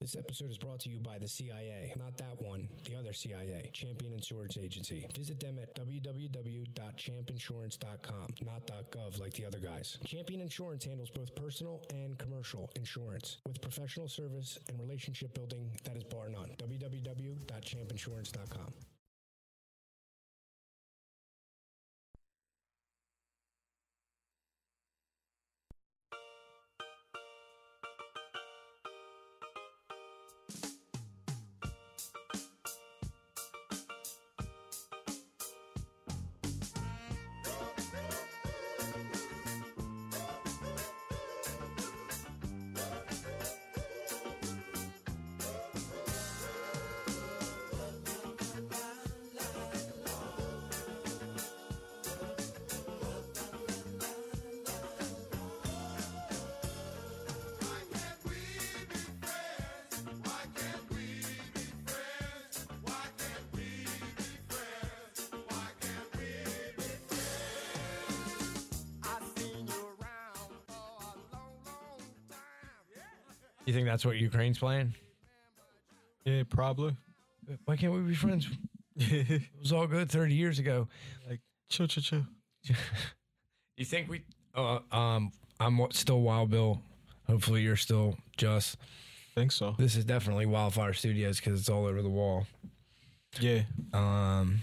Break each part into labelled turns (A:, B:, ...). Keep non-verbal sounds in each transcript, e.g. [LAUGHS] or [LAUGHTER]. A: This episode is brought to you by the CIA. Not that one, the other CIA, Champion Insurance Agency. Visit them at www.champinsurance.com, not .gov like the other guys. Champion Insurance handles both personal and commercial insurance with professional service and relationship building that is bar none. www.champinsurance.com.
B: You think that's what Ukraine's playing?
C: Yeah, probably. [LAUGHS]
B: Why can't we be friends? It was all good 30 years ago.
C: like chill, chill, chill.
B: You think we? Uh, um, I'm wa- still Wild Bill. Hopefully, you're still Just.
C: Think so.
B: This is definitely Wildfire Studios because it's all over the wall.
C: Yeah.
B: Um,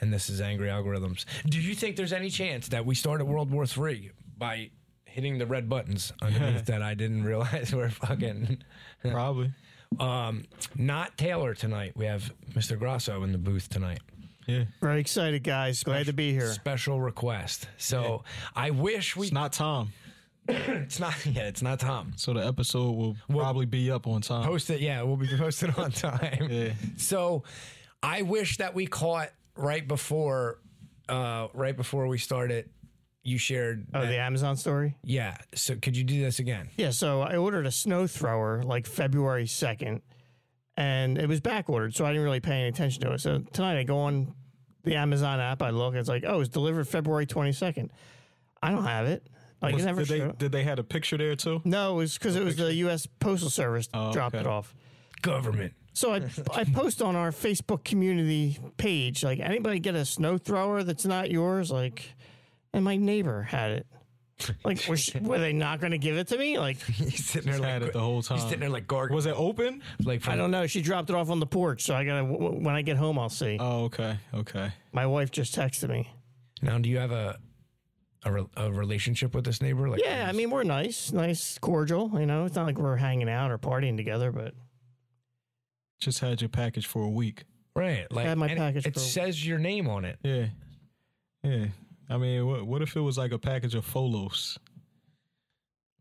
B: and this is Angry Algorithms. Do you think there's any chance that we started World War Three by hitting the red buttons underneath that I didn't realize [LAUGHS] were fucking?
C: Probably.
B: Um, not Taylor tonight. We have Mr. Grosso in the booth tonight.
C: Yeah.
D: Very excited, guys. Glad to be here.
B: Special request. So I wish we.
C: It's not Tom.
B: It's not. [LAUGHS] Yeah, it's not Tom.
C: So the episode will probably be up on time.
B: Post it. Yeah, we'll be posted [LAUGHS] on time.
C: Yeah.
B: So I wish that we caught right before, uh, right before we started. You shared.
D: Oh,
B: that-
D: the Amazon story?
B: yeah. So could you do this again?
D: Yeah, so I ordered a snow thrower like February 2nd, and it was back ordered, so I didn't really pay any attention to it. So tonight I go on the Amazon app, I look, it's like, oh, it's delivered February 22nd. I don't have it. Like,
C: Was-
D: it never
C: did they
D: showed up.
C: did they had a picture there too?
D: No, it was because it was the U.S. Postal Service
C: Oh,
D: dropped
C: okay.
D: it off.
B: Government.
D: So I, I post on our Facebook community page, like anybody get a snow thrower that's not yours? Like, and my neighbor had it. Like, were, sh- were they not going to give it to me? Like,
B: [LAUGHS] He's sitting there
C: had it the whole
B: He's sitting
C: time.
B: there like gargling.
C: Was it open?
B: like
D: I don't know. She dropped it off on the porch, so I gotta. W- w- when I get home, I'll see.
C: Oh, okay, okay.
D: my wife just texted me.
B: Now, do you have a a, re- a relationship with this neighbor? Like,
D: Yeah, I mean we're nice, nice, cordial. You know, it's not like we're hanging out or partying together, but
C: Just had your package for a week.
B: right? Like,
D: had my
B: and it-
D: package
B: It
D: for-
B: says your name on it.
C: Yeah, yeah. I mean, what what if it was like a package of Folos?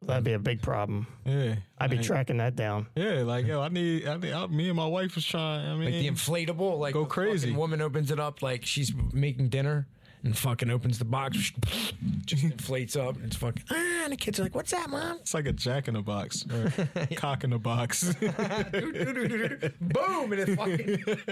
D: that'd be a big problem.
C: Yeah,
D: I'd be
C: like-
D: tracking that down.
C: Yeah, like yo, I need, I need. I, me and my wife was trying. I mean,
B: Like the inflatable, like
C: Go
B: the fucking
C: crazy.
B: Woman opens it up like she's making dinner and fucking opens the box, [SNIFFS] just inflates up and it's fucking. Ah, and the kids are like, "What's that, mom?"
C: it's like a jack in a box, or [LAUGHS] cock in a box. [LAUGHS]
B: Boom, and it fucking.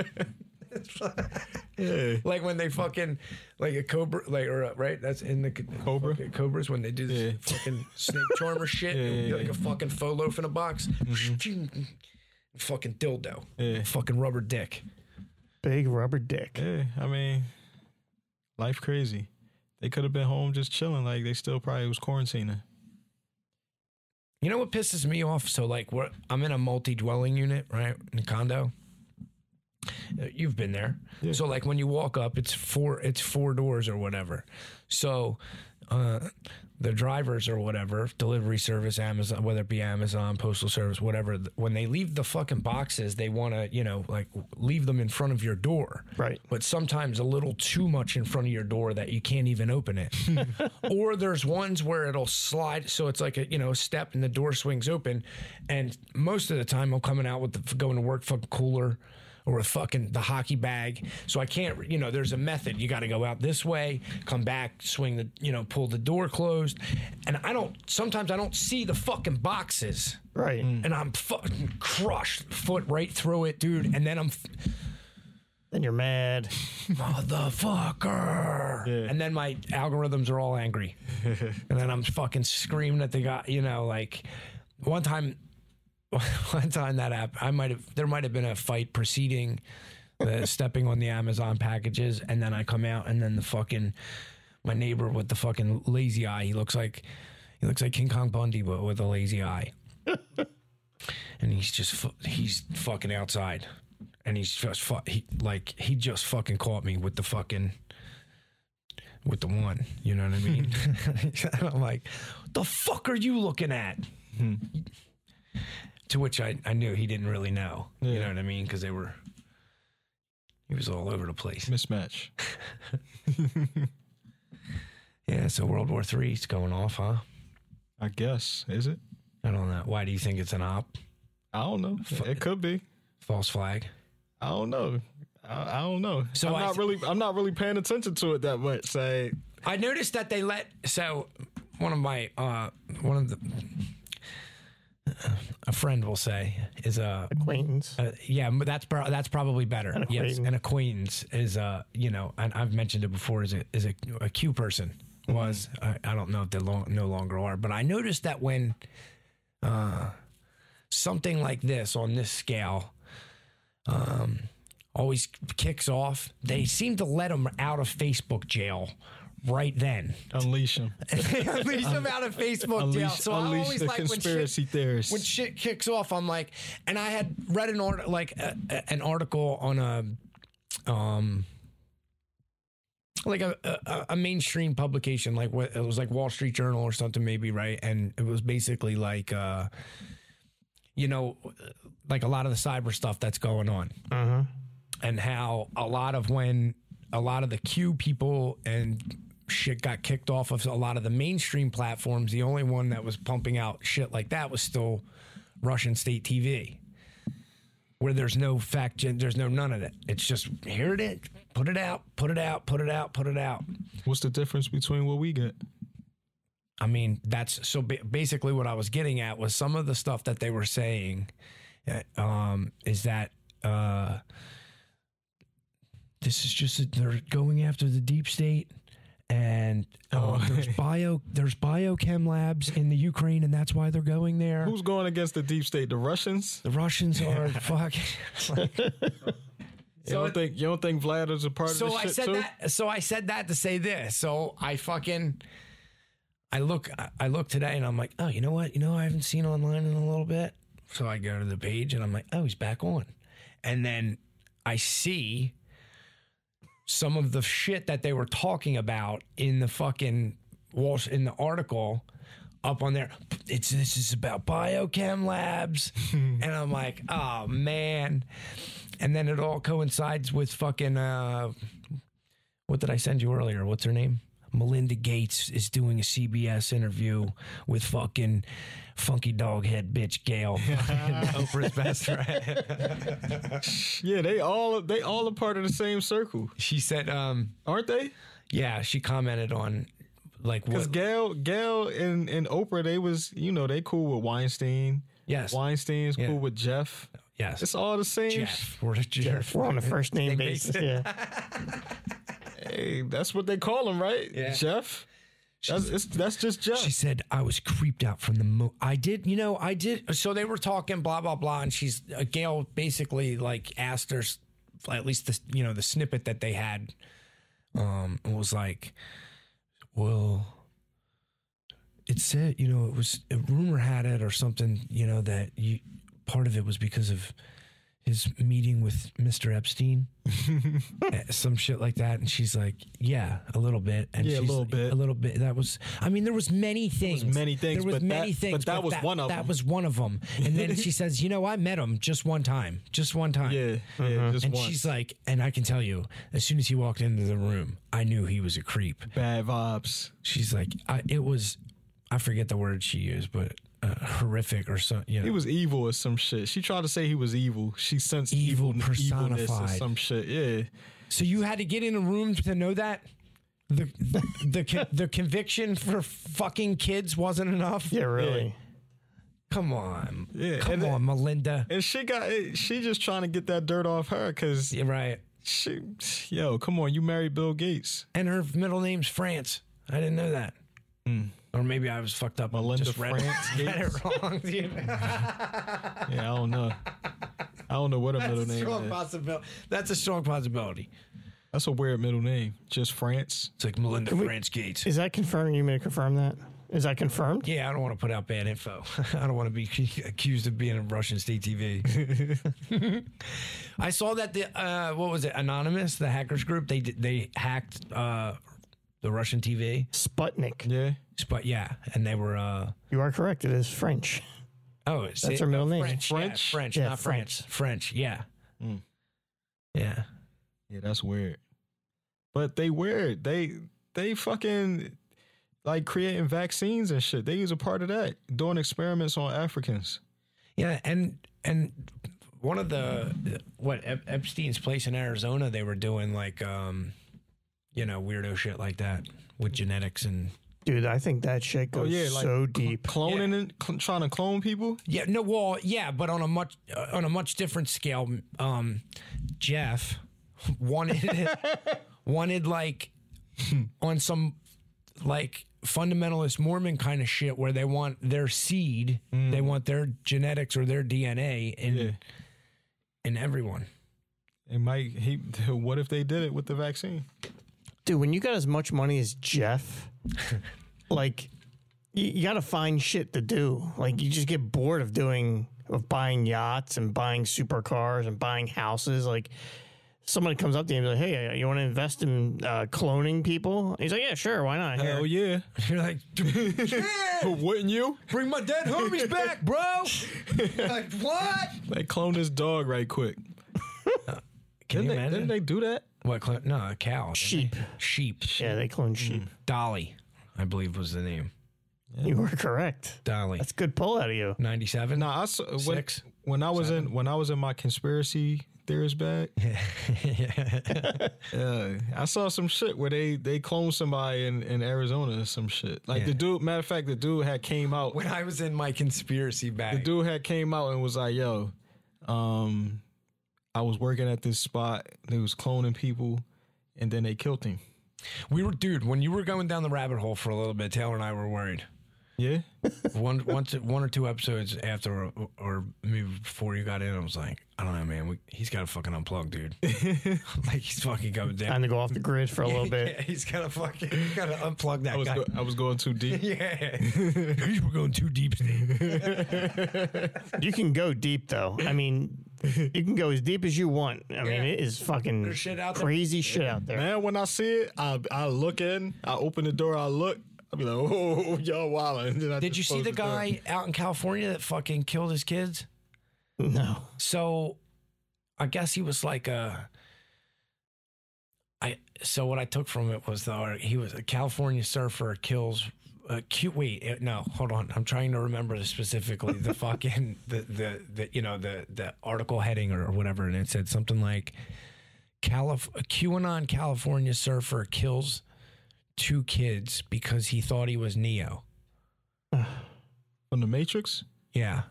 C: yeah,
B: Like when they fucking, like a cobra, like or uh, right, that's in the c-
C: Cobra?
B: fucking cobras when they do this fucking snake charmer
C: [LAUGHS]
B: shit,
C: Yeah, yeah,
B: You're like
C: yeah. Mm-hmm.
B: a fucking faux loaf in a box, [SNIFFS] fucking dildo,
C: Yeah.
B: fucking rubber dick.
D: Big rubber dick.
C: yeah. I mean, life crazy. They could have been home just chilling. Like they still probably was quarantining.
B: You know what pisses me off? So like, we're, I'm in a multi-dwelling unit, right, in a condo. Uh, You've been there.
C: Yeah.
B: So like, when you walk up, it's four, it's four doors or whatever. So, uh, the drivers or whatever, delivery service, Amazon, whether it be Amazon, postal service, whatever, th- when they leave the fucking boxes, they want to, you know, like leave them in front of your door.
D: Right.
B: But sometimes a little too much in front of your door that you can't even open it. or there's ones where it'll slide so it's like a you know step and the door swings open and most of the time i'm coming out with the going to work fucking cooler or a fucking the hockey bag so i can't you know there's a method you got to go out this way come back swing the you know pull the door closed and i don't sometimes i don't see the fucking boxes
D: Right.
B: and i'm fucking crushed foot right through it dude and then i'm f-
D: Then you're mad.
B: motherfucker. And then my algorithms are all angry. and then I'm fucking screaming at the guy, you know, like one time [LAUGHS] one time that app, I might have there might have been a fight preceding the [LAUGHS] stepping on the Amazon packages, and then I come out, and then the fucking my neighbor with the fucking lazy eye. He looks like he looks like King Kong Bundy, but with a lazy eye. and he's just fu- he's fucking outside, and he's just fu- he like he just fucking caught me with the fucking with the one. You know what I mean? [LAUGHS] and I'm like, the fuck are you looking at? to which I, I knew he didn't really know. You
C: Yeah.
B: know what I mean? Because they were, he was all over the place.
C: Mismatch.
B: Yeah, so World War Three is going off, huh?
C: I guess. Is it?
B: I don't know. Why do you think it's an op?
C: I don't know. It could be.
B: False flag?
C: I don't know. I, I don't know.
B: So
C: I'm
B: I
C: not
B: th-
C: really. I'm not really paying attention to it that much. Say
B: I noticed that they let so one of my uh one of the a friend will say is a
D: acquaintance.
B: Uh, yeah, m- that's pro- that's probably better. yes,
D: acquaintance.
B: an acquaintance is uh, you know, and I've mentioned it before. Is a is a, a Q person
C: Mm-hmm.
B: was I, I don't know if they long, no longer are, but I noticed that when uh, something like this on this scale, um, always kicks off, they seem to let them out of Facebook jail right
C: [LAUGHS]
B: then. [LAUGHS]
C: unleash them.
B: they unleash them out of Facebook jail.
C: Unleash,
B: So I
C: unleash
B: always
C: the
B: like when shit
C: conspiracy theorists.
B: when shit kicks off, I'm like, and I had read an art like a, a- an article on a, um, like a, a a mainstream publication, like what it was like Wall Street Journal or something, maybe right, and it was basically like, uh, you know, like a lot of the cyber stuff that's going on, and how a lot of when a lot of the Q people and shit got kicked off of a lot of the mainstream platforms, the only one that was pumping out shit like that was still Russian state TV, where there's no fact, gen- there's no none of it. It's just here it is, put it out, put it out, put it out, put it out.
C: What's the difference between what we get?
B: I mean, that's so ba- basically what I was getting at was some of the stuff that they were saying uh, um, is that uh, this is just that they're going after the deep state. And uh, there's bio, there's biochem labs in the Ukraine, and that's why they're going there.
C: Who's going against the deep state? The Russians?
B: the Russians are fucking.
C: you don't think you don't think Vlad is a part
B: so
C: of this
B: I
C: shit
B: said
C: too?
B: that. So I said that to say this. So I fucking, I look, I look today, and I'm like, oh, you know what? You know, I haven't seen online in a little bit. So I go to the page, and I'm like, oh, he's back on. And then I see some of the shit that they were talking about in the fucking Walsh in the article up on there. It's this is about biochem
C: [LAUGHS]
B: labs, and I'm like, oh man. And then it all coincides with fucking uh, what did I send you earlier? What's her name? Melinda Gates is doing a CBS interview with fucking funky dog head bitch Gail, Oprah's best friend.
C: Yeah, they all they all a part of the same circle,
B: She said, um,
C: aren't they?
B: yeah, she commented on like
C: Because
B: what?
C: Gail, Gail, and and Oprah, they was you know they cool with Weinstein.
B: Yes,
C: Weinstein's
B: Yeah.
C: cool with Jeff.
B: yes,
C: It's all the same. sh-
B: Jeff. We're at Jeff.
D: We're on a first name basis. Yeah.
C: Hey, that's what they call him, right?
B: Yeah.
C: Jeff. That's it's, that's just Jeff.
B: She said, I was creeped out from the mo. I did, you know, I did. So they were talking, blah, blah, blah. And she's, uh, Gail basically like asked her, s- at least the, you know, the snippet that they had um, and was like, well, it said, you know, it was a rumor had it or something, you know, that you, part of it was because of his meeting with Mr.
C: [LAUGHS]
B: Epstein, Eh, some shit like that. And she's like, yeah, a little bit. And
C: Yeah, a
B: she's
C: little
B: like,
C: bit.
B: A little bit. That was, I mean, there was many things.
C: many things,
B: There was
C: but
B: many
C: that-
B: things.
C: but that was one of
B: that
C: them.
B: was one of them. And then
C: [LAUGHS]
B: she says, you know, I met him just one time, just one time.
C: yeah, yeah,
B: Uh-huh.
C: just
B: And
C: one
B: she's like, and I can tell you, as soon as he walked into the room, I knew he was a creep.
C: bad vibes.
B: She's like, I, it was, I forget the word she used, but uh, horrific or something. You know.
C: He was evil or some shit. She tried to say he was evil. She sensed
B: Evil
C: evilness or
B: personified.
C: some shit. Yeah,
B: so you had to get in a room to know that the the the, con- the conviction for fucking kids wasn't enough.
D: Yeah, really.
B: Come on,
C: Yeah,
B: come
C: and
B: on, Melinda.
C: and she got eh, she just trying to get that dirt off her because
B: You're right.
C: she, yo, come on, you married Bill Gates.
B: And her middle name's France. I didn't know that. Or maybe I was fucked up. and
C: Mm. Melinda
B: just read,
C: France
B: read
C: Gates?
B: it [LAUGHS] wrong, [LAUGHS] dude.
C: Yeah, I don't know. I don't know what her middle
B: That's a
C: name
B: strong
C: is.
B: possibility. That's a strong possibility.
C: That's a weird middle name. Just France.
B: It's like Melinda France Gates.
D: Is that confirming? You mean to confirm that? Is that confirmed?
B: Yeah, I don't want to put out bad info. [LAUGHS] I don't want to be accused of being a Russian state TV.
D: [LAUGHS]
B: I saw that the uh, what was it? Anonymous, the hackers group, they did- they hacked uh, the Russian TV.
D: Sputnik.
C: Yeah.
B: But yeah, and they were uh,
D: You are correct. It is French.
B: oh, it's
D: That's her middle name.
B: French, French, yeah, French,
C: French?
D: Yeah,
B: not France, French, yeah,
C: Mm.
B: yeah.
C: Yeah, that's weird. But they weird. They they fucking like creating vaccines and shit. They was a part of that. Doing experiments on Africans.
B: Yeah, and and one of the what Ep- Epstein's place in Arizona, they were doing like um, you know, weirdo shit like that with genetics and
D: Dude, I think that shit goes so deep.
C: Oh, cl- cloning and cl- trying to clone people.
B: yeah, no, well, yeah, but on a much uh, on a much different scale. Um, Jeff wanted [LAUGHS] wanted like on some like fundamentalist Mormon kind of shit where they want their seed, they want their genetics or their DNA in
C: Mm. Yeah.
B: in everyone. [LAUGHS]
C: And Mike, he, [LAUGHS] what if they did it with the vaccine?
D: Dude, when you got as much money as
C: [LAUGHS]
D: Jeff, like you, you got to find shit to do. Like you just get bored of doing of buying yachts and buying supercars and buying houses. Like somebody comes up to you and be like, "Hey, uh, you want to invest in uh, cloning people?" And he's like, "Yeah, sure. Why not?" Here.
C: Hell Uh, yeah!
B: You're like,
C: [LAUGHS] But wouldn't you?
B: bring my dead homies back, bro. [LAUGHS] like what?
C: Like clone this dog right quick.
B: Can
C: Didn't
B: you
C: they,
B: imagine?
C: didn't they do that?
B: what? cl- No, a cow. didn't they?
D: Sheep.
B: Sheep.
D: Yeah, they clone sheep.
C: Mm-hmm.
B: Dolly, I believe was the name.
D: You were correct.
B: Dolly.
D: That's a good pull out of you.
B: Ninety-seven.
C: Nah, I saw, when,
B: Six,
C: when I was in when I was in my conspiracy
B: [LAUGHS]
C: theorist bag, [LAUGHS] uh, I saw some shit where they they cloned somebody in, in Arizona or some shit. Like the
B: Yeah.
C: dude, matter of fact, the dude had came out.
B: When I was in my conspiracy
C: The
B: bag,
C: dude had came out and was like, "Yo, um, I was working at this spot. They was cloning people, and then they killed him."
B: we were, dude. When you were going down the rabbit hole for a little bit, Taylor and I were worried.
C: Yeah,
B: One, [LAUGHS] once, one or two episodes after, or, or maybe before you got in, I was like, I don't know, man. We, he's got to fucking unplug, [LAUGHS] dude. like he's fucking going down.
D: Time to go off the grid for
B: [LAUGHS]
D: a little bit.
B: Yeah, he's gotta fucking he's gotta unplug that
C: I was
B: guy.
C: go- I was going too
B: [LAUGHS]
C: deep.
B: Yeah, [LAUGHS] you were going too deep. Steve.
D: You can go deep though. I mean, you can go as deep as you want. I mean, it is fucking
B: There's shit out there.
D: crazy shit out there.
C: Man, when I see it, I I look in, I open the door, I look, I be like, [LAUGHS] oh, y'all wildin'. Then I
B: Did
C: just
B: you see
C: close
B: the
C: door.
B: guy out in California that fucking killed his kids?
D: [LAUGHS] No,
B: So I guess he was like a I so what I took from it was the or he was a California surfer kills uh, cute wait uh, no hold on I'm trying to remember the specifically the fucking the, the the you know the the article heading or whatever and it said something like Calif- a QAnon California surfer kills two kids because he thought he was Neo.
C: from the Matrix?
B: Yeah.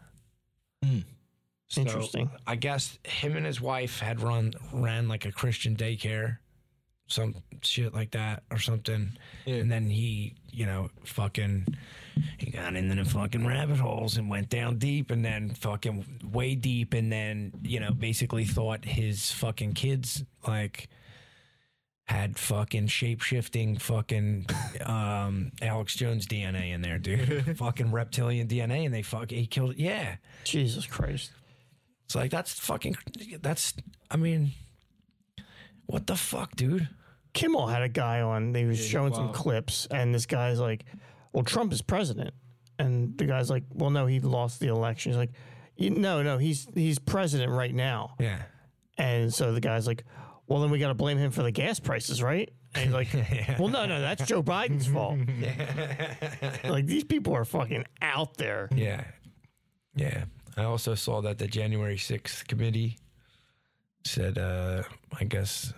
C: Mm.
B: So,
D: Interesting.
B: I guess him and his wife had run ran like a Christian daycare, some shit like that or something.
C: Yeah.
B: And then he, you know, fucking he got into the fucking rabbit holes and went down deep and then fucking way deep and then, you know, basically thought his fucking kids like had fucking shape shifting fucking um, Alex Jones DNA in there, dude. fucking reptilian DNA and they fuck he killed Yeah.
D: Jesus Christ.
B: It's like that's fucking that's I mean what the fuck, dude?
D: Kimmel had a guy on. They was showing some
C: wow.
D: clips, and this guy's like, "Well, Trump is president," and the guy's like, "Well, no, he lost the election." He's like, "You- "No, no, he's he's president right now."
B: Yeah.
D: And so the guy's like, well, then we got to blame him for the gas prices, right? And
B: [LAUGHS]
D: he's like, well, no, no, that's Joe Biden's fault. like, these people are fucking out there.
B: Yeah. Yeah. I also saw that the January 6th committee said uh I guess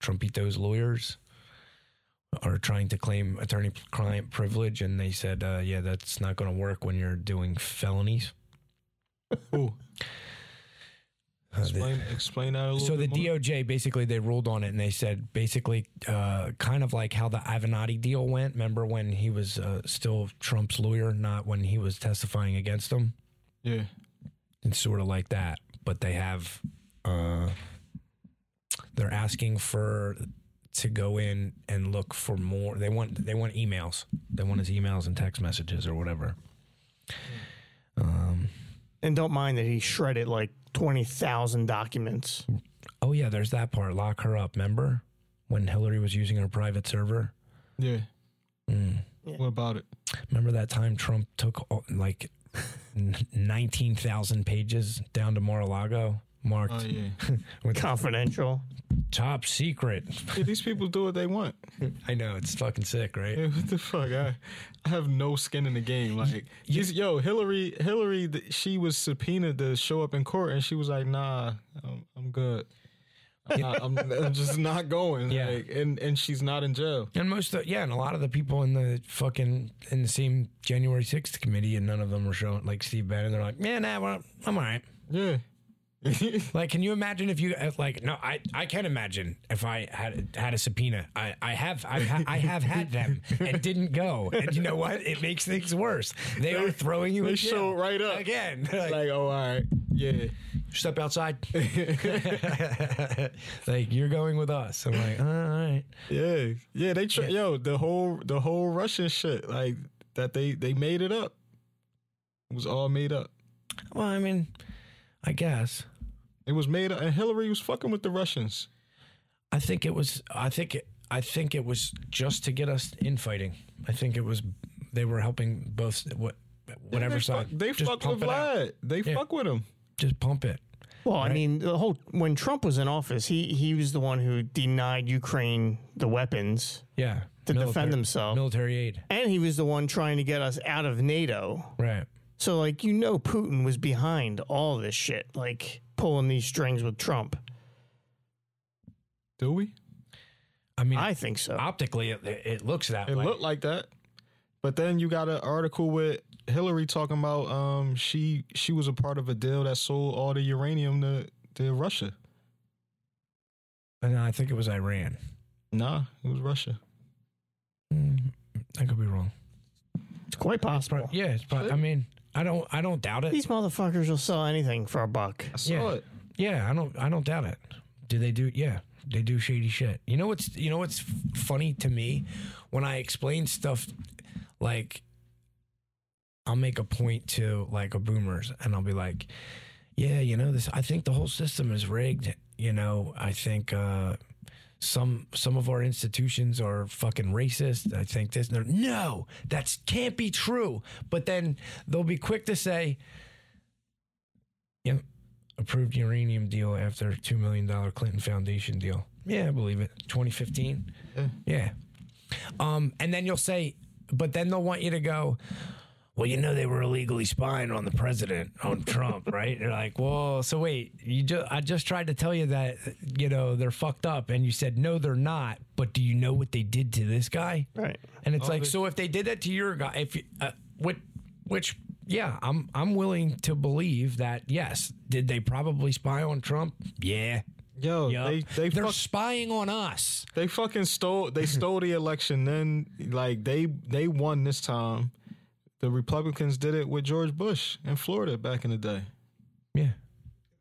B: Trumpito's lawyers are trying to claim attorney client privilege and they said uh yeah, that's not going to work when you're doing felonies.
C: Ooh. Explain, explain that a little
B: So the
C: bit more.
B: DOJ basically they ruled on it and they said basically uh, kind of like how the Ivanati deal went. Remember when he was uh, still Trump's lawyer, not when he was testifying against him.
C: Yeah.
B: It's sort of like that, but they have uh, they're asking for to go in and look for more. They want they want emails. They want his emails and text messages or whatever. Um,
D: And don't mind that he shredded like 20,000 documents.
B: oh yeah, there's that part. Lock her up. Remember when Hillary was using her private server?
C: Yeah.
B: Mm.
C: What about it?
B: Remember that time Trump took uh, like n- 19,000 pages down to Mar-a-Lago marked
C: Oh yeah.
D: Confidential.
B: top secret. [LAUGHS]
C: yeah. These people do what they want. [LAUGHS]
B: I know it's fucking sick, right?
C: Yeah, what the fuck? I, I have no skin in the game. Like, these- yo, Hillary, Hillary, th- she was subpoenaed to show up in court, and she was like, "Nah, I'm, I'm good. I'm, not- I'm, I'm just not going."
B: Yeah.
C: Like, and and she's not in jail.
B: And most of, yeah, and a lot of the people in the fucking in the same January 6th committee and none of them were showing like Steve Bannon they're like, "Man, nah, well, I'm all right."
C: [LAUGHS] Yeah.
B: Like, can you imagine if you if, like? No, I I can imagine if I had had a subpoena. I I have I've ha- I have had them and didn't go. And you know what? It makes things worse. They are throwing you.
C: they
B: in jail
C: show it right up.
B: again. [LAUGHS] Like,
C: like, oh, all right, yeah.
B: step
C: [LAUGHS]
B: outside. [LAUGHS] like you're going with us. I'm like, all right.
C: Yeah, yeah. They tr- yo the whole the whole Russian shit like that. They they made it up. It was all made up.
B: Well, I mean, I guess.
C: It was made up, and Hillary was fucking with the Russians.
B: I think it was. I think. It, I think it was just to get us infighting. I think it was. They were helping both. What. Whatever
C: they
B: side.
C: fuck, they
B: Just
C: fuck with
B: pump it out.
C: Vlad. They
B: Yeah.
C: fuck with him.
B: Just pump it.
D: Well, I mean, the whole when Trump was in office, he he was the one who denied Ukraine the weapons
B: Yeah.
D: to
B: Military-
D: defend themselves,
B: Military aid.
D: and he was the one trying to get us out of NATO.
B: Right.
D: So, like, you know, Putin was behind all this shit, like pulling these strings with Trump.
C: Do we?
B: I mean,
D: I think so.
B: optically, it, it looks that
C: It
B: way.
C: looked like that. But then you got an article with Hillary talking about um she she was a part of a deal that sold all the uranium to to Russia.
B: and I think it was Iran.
C: Nah, it was Russia.
B: Mm, I could be wrong.
D: It's quite possible.
B: Yeah, it's prob- I mean, I don't. I don't doubt it.
D: These motherfuckers will sell anything for a buck.
C: I saw
B: Yeah.
C: it.
B: Yeah, I don't I don't doubt it. Do they do yeah, they do shady shit. You know what's you know what's f- funny to me when I explain stuff like I'll make a point to like a boomers and I'll be like, "Yeah, you know this I think the whole system is rigged, you know. I think uh some some of our institutions are fucking racist. I think this. and they're, No, that can't be true. But then they'll be quick to say, "Yep, approved uranium deal after two million dollar Clinton Foundation deal. Yeah, I believe it. 2015. Yeah. Um, and then you'll say, but then they'll want you to go. Well, you know they were illegally spying on the president on Trump, [LAUGHS] right? You're like, well, so wait, you just I just tried to tell you that you know they're fucked up, and you said no, they're not. But do you know what they did to this guy?
D: Right.
B: And
C: Oh,
B: it's like, so if they did that to your guy, if you, uh, which, which, yeah, I'm I'm willing to believe that. Yes, did they probably spy on Trump? Yeah,
C: Yo,
B: yeah.
C: they they
B: are
C: fuck,
B: spying on us.
C: they fucking stole [LAUGHS] they stole the election. Then like they they won this time. The Republicans did it with George Bush in Florida back in the day.
B: Yeah,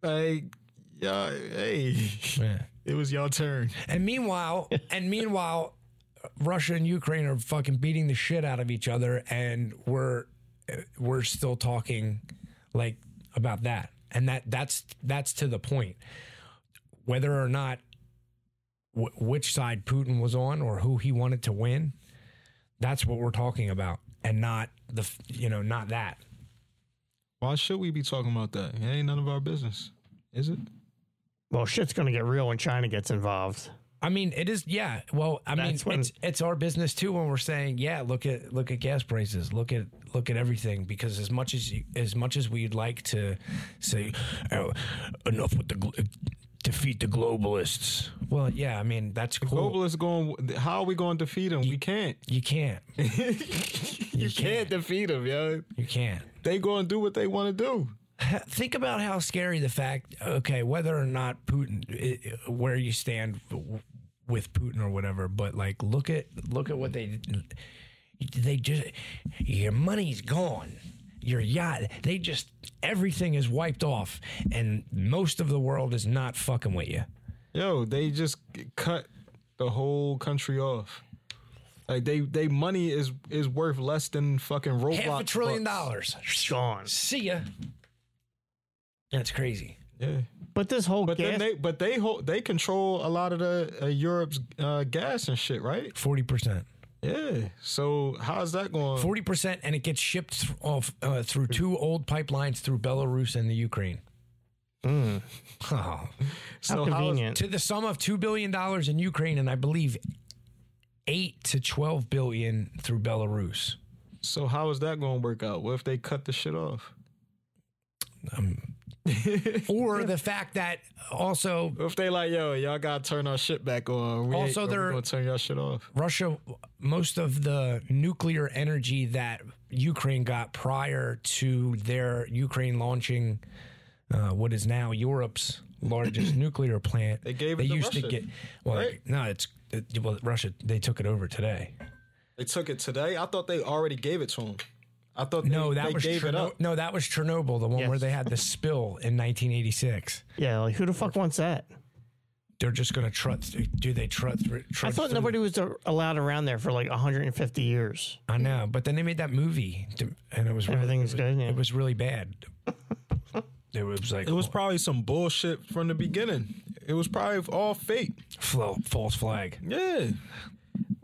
C: Like, yeah, [LAUGHS] hey,
B: yeah.
C: it was y'all turn.
B: And meanwhile, and meanwhile, Russia and Ukraine are fucking beating the shit out of each other, and we're we're still talking like about that. And that that's that's to the point. Whether or not wh- which side Putin was on or who he wanted to win, that's what we're talking about, and not the f- you know not that.
C: Why should we be talking about that? It ain't none of our business, is it?
D: Well, shit's going to get real when China gets involved.
B: I mean, it is. Yeah. Well, I mean,
D: That's when-
B: it's it's our business too when we're saying, yeah, look at look at gas prices, look at look at everything. Because as much as you, as much as we'd like to say, oh, enough with the gl- defeat the globalists. Well, yeah, I mean that's cool.
C: Globalists going. How are we going to defeat them? We can't.
B: you can't.
C: you can't defeat them, yo.
B: You can't.
C: They going to do what they want to do.
B: think about how scary the fact okay whether or not putin i- i- where you stand w- with putin or whatever but like look at look at what they they just your money's gone your yacht they just everything is wiped off and most of the world is not fucking with you
C: Yo, they just c- cut the whole country off. Like they they money is is worth less than fucking Roblox.
B: half a trillion
C: bucks.
B: dollars
D: Gone.
B: see ya that's crazy
C: Yeah.
D: But this whole
C: But
D: gas,
C: then they but they hold they control a lot of the uh, Europe's uh, gas and shit, right?
B: 40%
C: Yeah. So how's that going?
B: Forty percent, and it gets shipped th- off uh, through two old pipelines through Belarus and the Ukraine. Oh.
C: so
D: how
C: how's-
B: [LAUGHS]
D: convenient.
B: To the sum of two billion dollars in Ukraine, and I believe eight to twelve billion through Belarus.
C: so how is that going to work out? What if they cut the shit off?
B: Or the fact that also
C: What if they like, yo, y'all got to turn our shit back on. We
B: Also,
C: also,
B: they're-
C: they're going to turn y'all shit off.
B: Russia, most of the nuclear energy that Ukraine got prior to their Ukraine launching uh, what is now Europe's
C: [CLEARS THROAT]
B: largest nuclear plant,
C: They gave it
B: they
C: to
B: used to
C: Russia,
B: get. Well,
C: right?
B: no, it's it, well Russia. They took it over today.
C: They took it today. I thought they already gave it to them. I thought
B: No,
C: they,
B: that
C: they
B: was
C: gave it
B: Cherno-
C: up.
B: no, that was Chernobyl, the one where
D: Yes.
B: they had the spill in 1986.
D: yeah, like who the fuck wants that?
B: They're just going to trust. Do they trust?
D: I thought nobody was uh, allowed around there for like 150 years.
B: I know, but then they made that movie, to- and it was really-
D: Everything's good. Yeah.
B: It was really
C: [LAUGHS]
B: bad. It was like
C: It was probably some bullshit from the beginning. It was probably all fake.
B: Flo- false flag.
C: Yeah.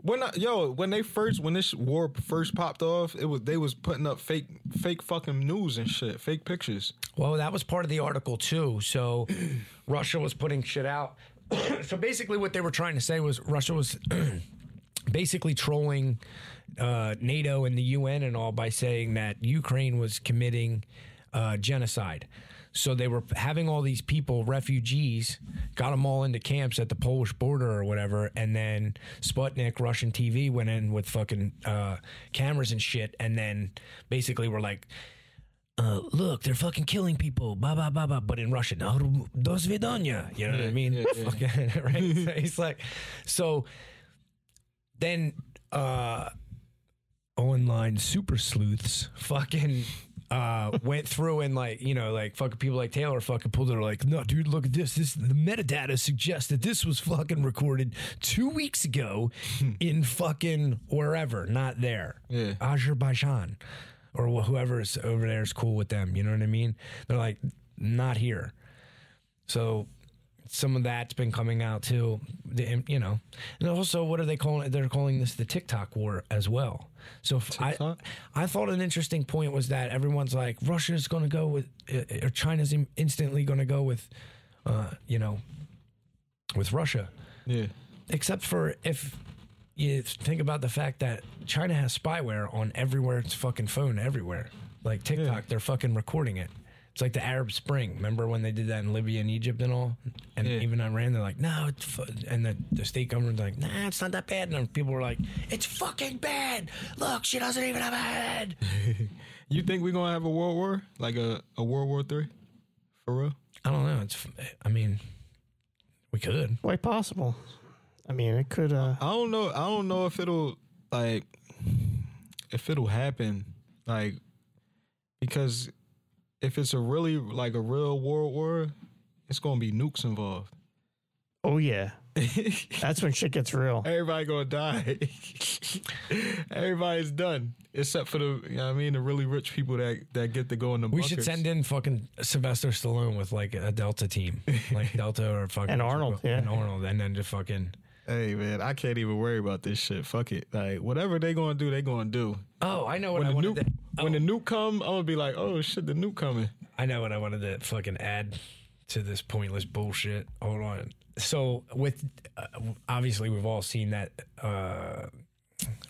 C: When I, yo, when they first when this war first popped off, it was they was putting up fake fake fucking news and shit, fake pictures.
B: Well, that was part of the article too. So [CLEARS THROAT] Russia was putting shit out. [CLEARS THROAT] so basically, what they were trying to say was Russia was [CLEARS THROAT] basically trolling uh, NATO and the UN and all by saying that Ukraine was committing uh, genocide. So they were having all these people, refugees, got them all into camps at the Polish border or whatever, and then Sputnik, Russian TV, went in with fucking uh, cameras and shit, and then basically were like, uh, look, they're fucking killing people, blah, blah, blah, blah, but in Russian, do svidanya. You know what I mean? [LAUGHS] Fucking- right? So he's like, so then uh, online super sleuths fucking uh, [LAUGHS] went through and like, you know, like fucking people like Taylor fucking pulled it are like, no, dude, look at this. This the metadata suggests that this was fucking recorded two weeks ago in fucking wherever, not there.
C: Yeah.
B: Azerbaijan or wh- whoever's over there is cool with them. You know what I mean? They're like, not here. So some of that's been coming out too. The, you know, and also what are they calling it? They're calling this the TikTok war as well. So if I,
C: TikTok?
B: I thought an interesting point was that everyone's like Russia's going to go with uh, or China's in- instantly going to go with, uh, you know, with Russia
C: Yeah.
B: except for if you think about the fact that China has spyware on everywhere it's fucking phone everywhere. Like TikTok, they're fucking recording it. It's like the Arab Spring. Remember when they did that in Libya and Egypt and all? And
C: Yeah.
B: even Iran, they're like, no, it's fu-. and the, the state government's like, nah, it's not that bad. And then people were like, it's fucking bad. Look, she doesn't even have a head.
C: You think we're gonna have a world war like a, a World War Three, for real?
B: I don't know. It's, f- I mean, we could.
D: Quite possible. I mean, it could. Uh,
C: I don't know. I don't know if it'll like if it'll happen like because if it's a really like a real world war, it's gonna be nukes involved.
D: oh yeah, that's when shit gets real.
C: Everybody gonna die. [LAUGHS] Everybody's done except for the you know what I mean the really rich people that that get to go in the.
B: We should send in fucking Sylvester Stallone with like a Delta team,
C: [LAUGHS]
B: like Delta or fucking
D: And Arnold, yeah.
B: and Arnold, and then just fucking.
C: Hey man, I can't even worry about this shit. Fuck it. Like whatever they gonna do, they gonna do.
B: Oh, I know what
C: When
B: I
C: the
B: wanted.
C: nuke,
B: To, oh,
C: when the nuke come, I'm gonna be like, oh shit, the nuke coming.
B: I know what I wanted to fucking add to this pointless bullshit. Hold on. So with uh, obviously we've all seen that uh,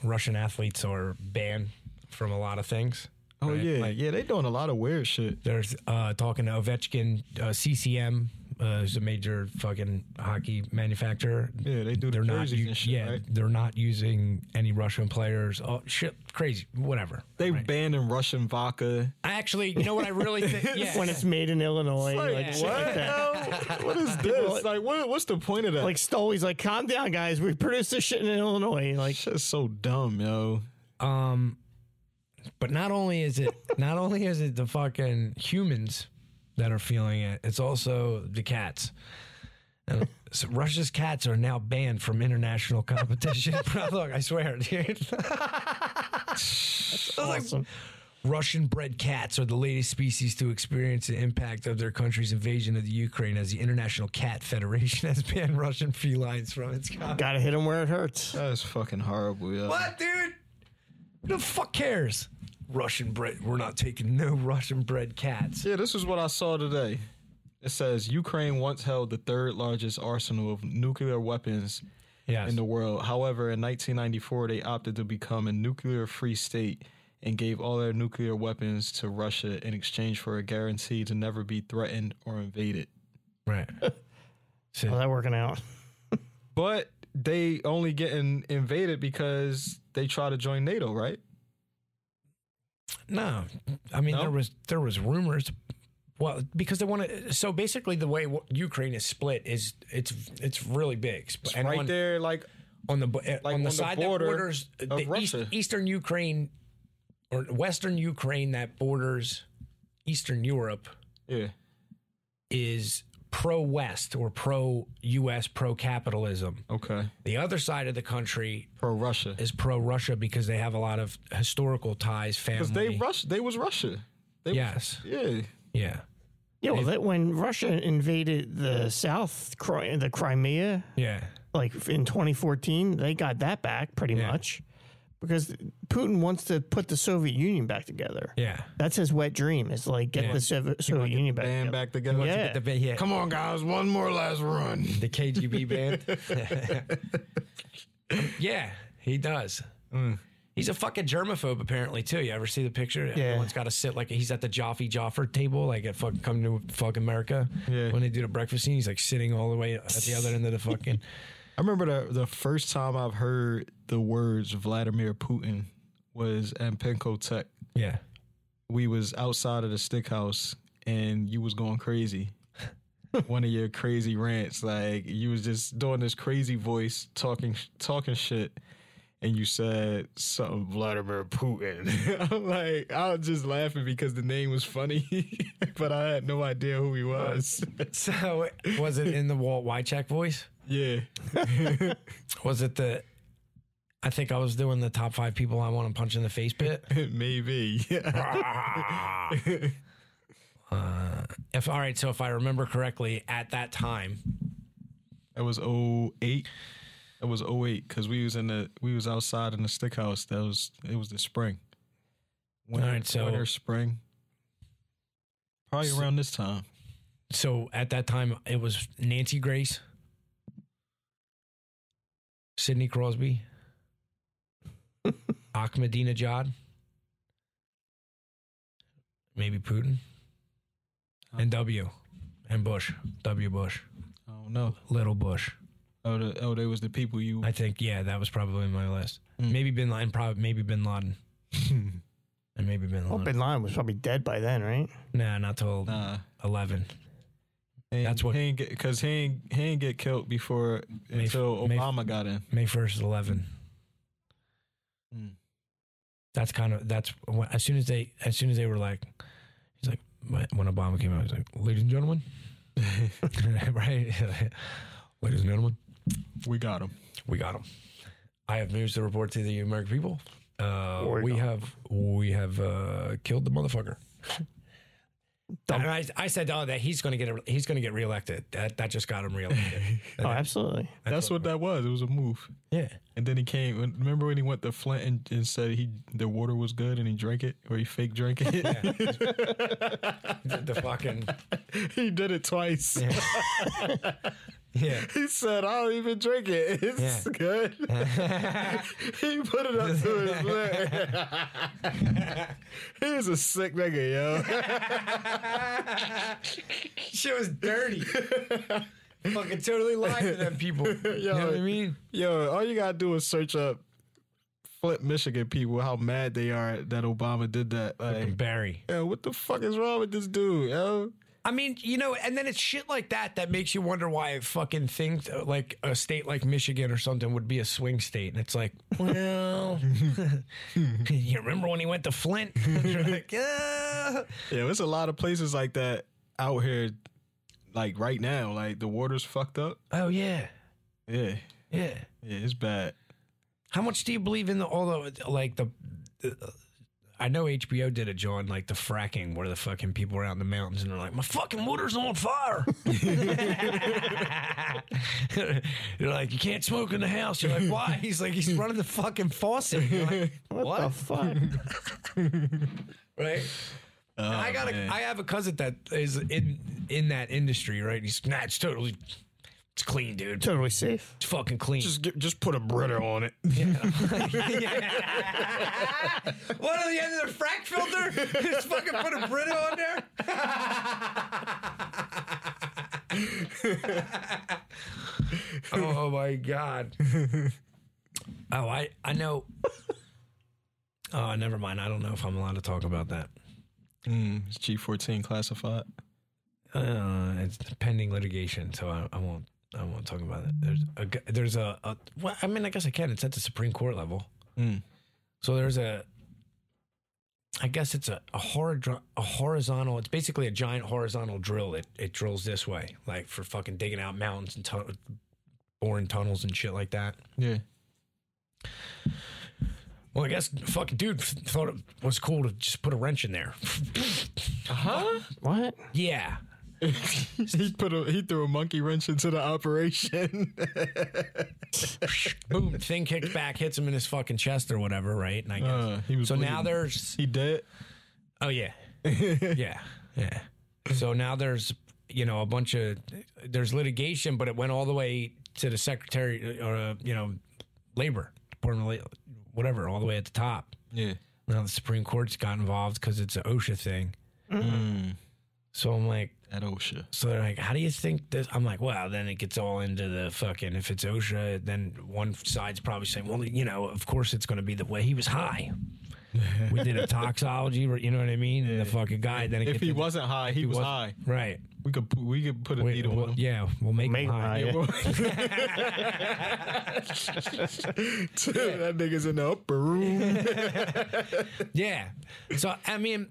B: Russian athletes are banned from a lot of things.
C: Oh
B: right?
C: yeah, yeah, they doing a lot of weird shit.
B: They're uh, talking to Ovechkin, uh, CCM uh, is a major fucking hockey manufacturer.
C: Yeah, they do the
B: They're not,
C: jerseys
B: u-
C: and shit,
B: yeah,
C: right?
B: they're not using any Russian players. Oh, shit, crazy, whatever.
C: They banned in Russian vodka.
B: I actually, you know what I really think?
C: [LAUGHS]
B: Yeah,
D: when it's made in Illinois. Like, shit like that.
C: hell? what is this? Like, what, what's the point of that?
D: Like Stoley's like, calm down, guys. We produce this shit in Illinois. Like,
C: shit's so dumb, yo.
B: Um, but not only is it not only is it the fucking humans that are feeling it, it's also the cats. And so Russia's cats are now banned from international competition. [LAUGHS] Bro, Look, I swear, dude.
D: awesome.
B: Russian bred cats are the latest species to experience the impact of their country's invasion of the Ukraine as the International Cat Federation [LAUGHS] has banned Russian felines from its competition.
D: Gotta hit him where it hurts.
C: That's fucking horrible, yo.
B: What, dude? Who the fuck cares? Russian bred. We're not taking no [LAUGHS] Russian bred cats.
C: Yeah, this is what I saw today. It says Ukraine once held the third largest arsenal of nuclear weapons
B: Yes.
C: in [LAUGHS] the world. However, in 1994, they opted to become a nuclear free state and gave all their nuclear weapons to Russia in exchange for a guarantee to never be threatened or invaded.
B: right.
D: How's that working out?
C: But they only getting invaded because they try to join NATO, right?
B: No, I mean
C: No?
B: there was there was rumors. Well, because they want to. So basically, the way w- Ukraine is split is it's it's really big. It's
C: right there, like
B: on the bo- eh, on the
C: on the
B: side
C: border
B: that borders
C: of
B: the east,
C: Russia.
B: eastern Ukraine or western Ukraine that borders Eastern Europe
C: yeah,
B: is pro West or pro US pro capitalism.
C: okay,
B: The other side of the country
C: pro Russia
B: is pro Russia because they have a lot of historical ties, family.
C: because they Russia, they was Russia. They
B: yes,
C: was, yeah.
B: yeah,
D: Yeah, well, that when Russia invaded the South, Cri- the Crimea,
B: yeah.
D: like in 2014, they got that back pretty
B: Yeah.
D: much because Putin wants to put the Soviet Union back together.
B: Yeah.
D: That's his wet dream. Is like get
B: Yeah.
D: the Soviet, Soviet Union back.
C: Band
D: together.
C: back together.
D: Yeah.
B: The, ba- yeah,
C: Come on, guys, one more last run.
B: the KGB band. [LAUGHS] yeah, he does. He's a fucking germaphobe, apparently too. You ever see the picture? Everyone's got to sit like he's at the Joffy Joffer table, like at fucking come to fuck America.
C: Yeah.
B: When they do the breakfast scene, he's like sitting all the way at the other end of the fucking. [LAUGHS]
C: I remember the the first time I've heard the words Vladimir Putin was at Penco Tech.
B: Yeah.
C: We was outside of the stick house and you was going crazy. [LAUGHS] One of your crazy rants, like you was just doing this crazy voice, talking talking shit, and you said something Vladimir Putin. [LAUGHS] I'm like, I was just laughing because the name was funny, [LAUGHS] but I had no idea who he was. [LAUGHS]
B: So was it in the Walt Wycheck voice?
C: yeah. [LAUGHS]
B: Was it the? I think I was doing the top five people I want to punch in the face bit.
C: [LAUGHS] Maybe.
B: Uh, If all right, so if I remember correctly, at that time,
C: That was 08. That was 08 because we was in the we was outside in the stick house. That was it was the spring. Winter,
B: All right, so-
C: winter spring. Probably around this time.
B: so at that time it was Nancy Grace, Sidney Crosby, Ahmadinejad, maybe Putin, and W, and Bush, W Bush,
C: I don't know.
B: Little Bush.
C: Oh, the, oh, they was the people you.
B: I [LAUGHS] think yeah, that was probably my list.
C: Mm.
B: Maybe Bin Laden, probably maybe Bin Laden, and maybe Bin
D: Well,
B: Laden.
D: Bin Laden was probably dead by then, right?
B: nah, not till
C: nah,
B: eleven.
C: that's
B: That's what-
C: what he ain't get because he ain't he ain't get killed before
B: May-
C: until
B: May-
C: Obama got in.
B: May first is eleven. [LAUGHS]
C: Mm.
B: That's kind of that's when, as soon as they as soon as they were like, he's like when when Obama came out, he's like, ladies and gentlemen, [LAUGHS] right, [LAUGHS] ladies and gentlemen,
C: We got him.
B: we got him. I have news to report to the American people. Uh,
D: Or
B: we
D: not.
B: have we have uh, killed the [LAUGHS] motherfucker.
D: Dumb.
B: And I, I said, oh, that he's gonna get a, he's gonna get reelected. That that just got him reelected.
D: Oh, absolutely.
C: That's, what that was. It was a move.
B: [LAUGHS] yeah,
C: And then he came. Remember when he went to Flint and, and said he the water was good and he drank it or he fake drank it? [LAUGHS]
B: [LAUGHS] the, the fucking
C: he did it twice.
B: Yeah.
C: [LAUGHS] He said, I don't even drink it. [LAUGHS] It's
B: Yeah.
C: good. he put it up to his lip. [LAUGHS] he was a sick nigga, yo. [LAUGHS]
B: Shit was dirty. [LAUGHS] Fucking totally lied to them [LAUGHS] people. you know what I mean?
C: Yo, all you gotta do is search up Flint, Michigan people, how mad they are that Obama did that.
B: [LAUGHS]
C: Like,
B: Barry.
C: yo, what the fuck is wrong with this dude, yo?
B: I mean, you know, and then it's shit like that that makes you wonder why fucking things uh, like a state like Michigan or something would be a swing state. And it's like, well, [LAUGHS] you remember when he went to Flint? [LAUGHS] You're like, "Ah."
C: Yeah, there's a lot of places like that out here, like right now. Like the water's fucked up.
B: Oh, yeah.
C: Yeah,
B: Yeah.
C: yeah, it's bad.
B: How much do you believe in the, all the, like the, the- I know HBO did it, John, like the fracking where the fucking people are out in the mountains and they're like, my fucking water's on fire. [LAUGHS] You're like, you can't smoke in the house. You're like, why? He's like, he's running the fucking faucet. You're like,
D: What, the fuck?
B: [LAUGHS] right? I got a, I have a cousin that is in in that industry, right? He's nah, it's totally, it's clean, dude.
D: totally safe.
B: It's fucking clean.
C: Just get, just put a Brita on it.
B: What on the end of the frack filter? [LAUGHS] Just fucking put a Brita on there. [LAUGHS] oh my god. Oh, I I know. Oh, never mind. I don't know if I'm allowed to talk about that.
C: [LAUGHS] Mm, it's G14 classified.
B: Uh, it's pending litigation, so I, I won't. I won't talk about it. There's a. gu- There's a, a. Well, I mean, I guess I can. It's at the Supreme Court level.
C: Mm.
B: So there's a. I guess it's a a, hor- a horizontal. It's basically a giant horizontal drill. It it drills this way, like for fucking digging out mountains and tun- boring tunnels and shit like that.
C: Yeah.
B: Well, I guess fucking dude f- thought it was cool to just put a wrench in there. [LAUGHS]
C: Uh-huh.
D: What?
B: yeah,
C: [LAUGHS] he put a he threw a monkey wrench into the operation. [LAUGHS]
B: boom, thing kicked back, hits him in his fucking chest or whatever, right? And I guess.
C: Uh, he was
B: so now
C: bleeding.
B: there's
C: he dead.
B: Oh yeah, yeah, yeah. So now there's you know a bunch of there's litigation, but it went all the way to the secretary or uh, you know labor department, of La- whatever, all the way at the top.
C: Yeah.
B: Now the Supreme Court's got involved because it's an OSHA thing. So I'm like,
C: At OSHA.
B: so they're like, how do you think this? I'm like, well, then it gets all into the fucking. If it's OSHA, then one side's probably saying, well, you know, of course it's going to be the way he was high. we
C: [LAUGHS]
B: did a toxology, you know what I mean? And the fucking guy. Then it
C: If
B: gets
C: he
B: into-
C: wasn't high, he, was
B: wasn't-
C: high.
B: right.
C: We could pu- we could put a
B: We-
C: needle
B: we'll-
C: on him.
B: yeah, we'll make,
D: Make
B: him high.
D: high.
C: Dude, [LAUGHS] that nigga's in the upper room.
B: Yeah. So I mean,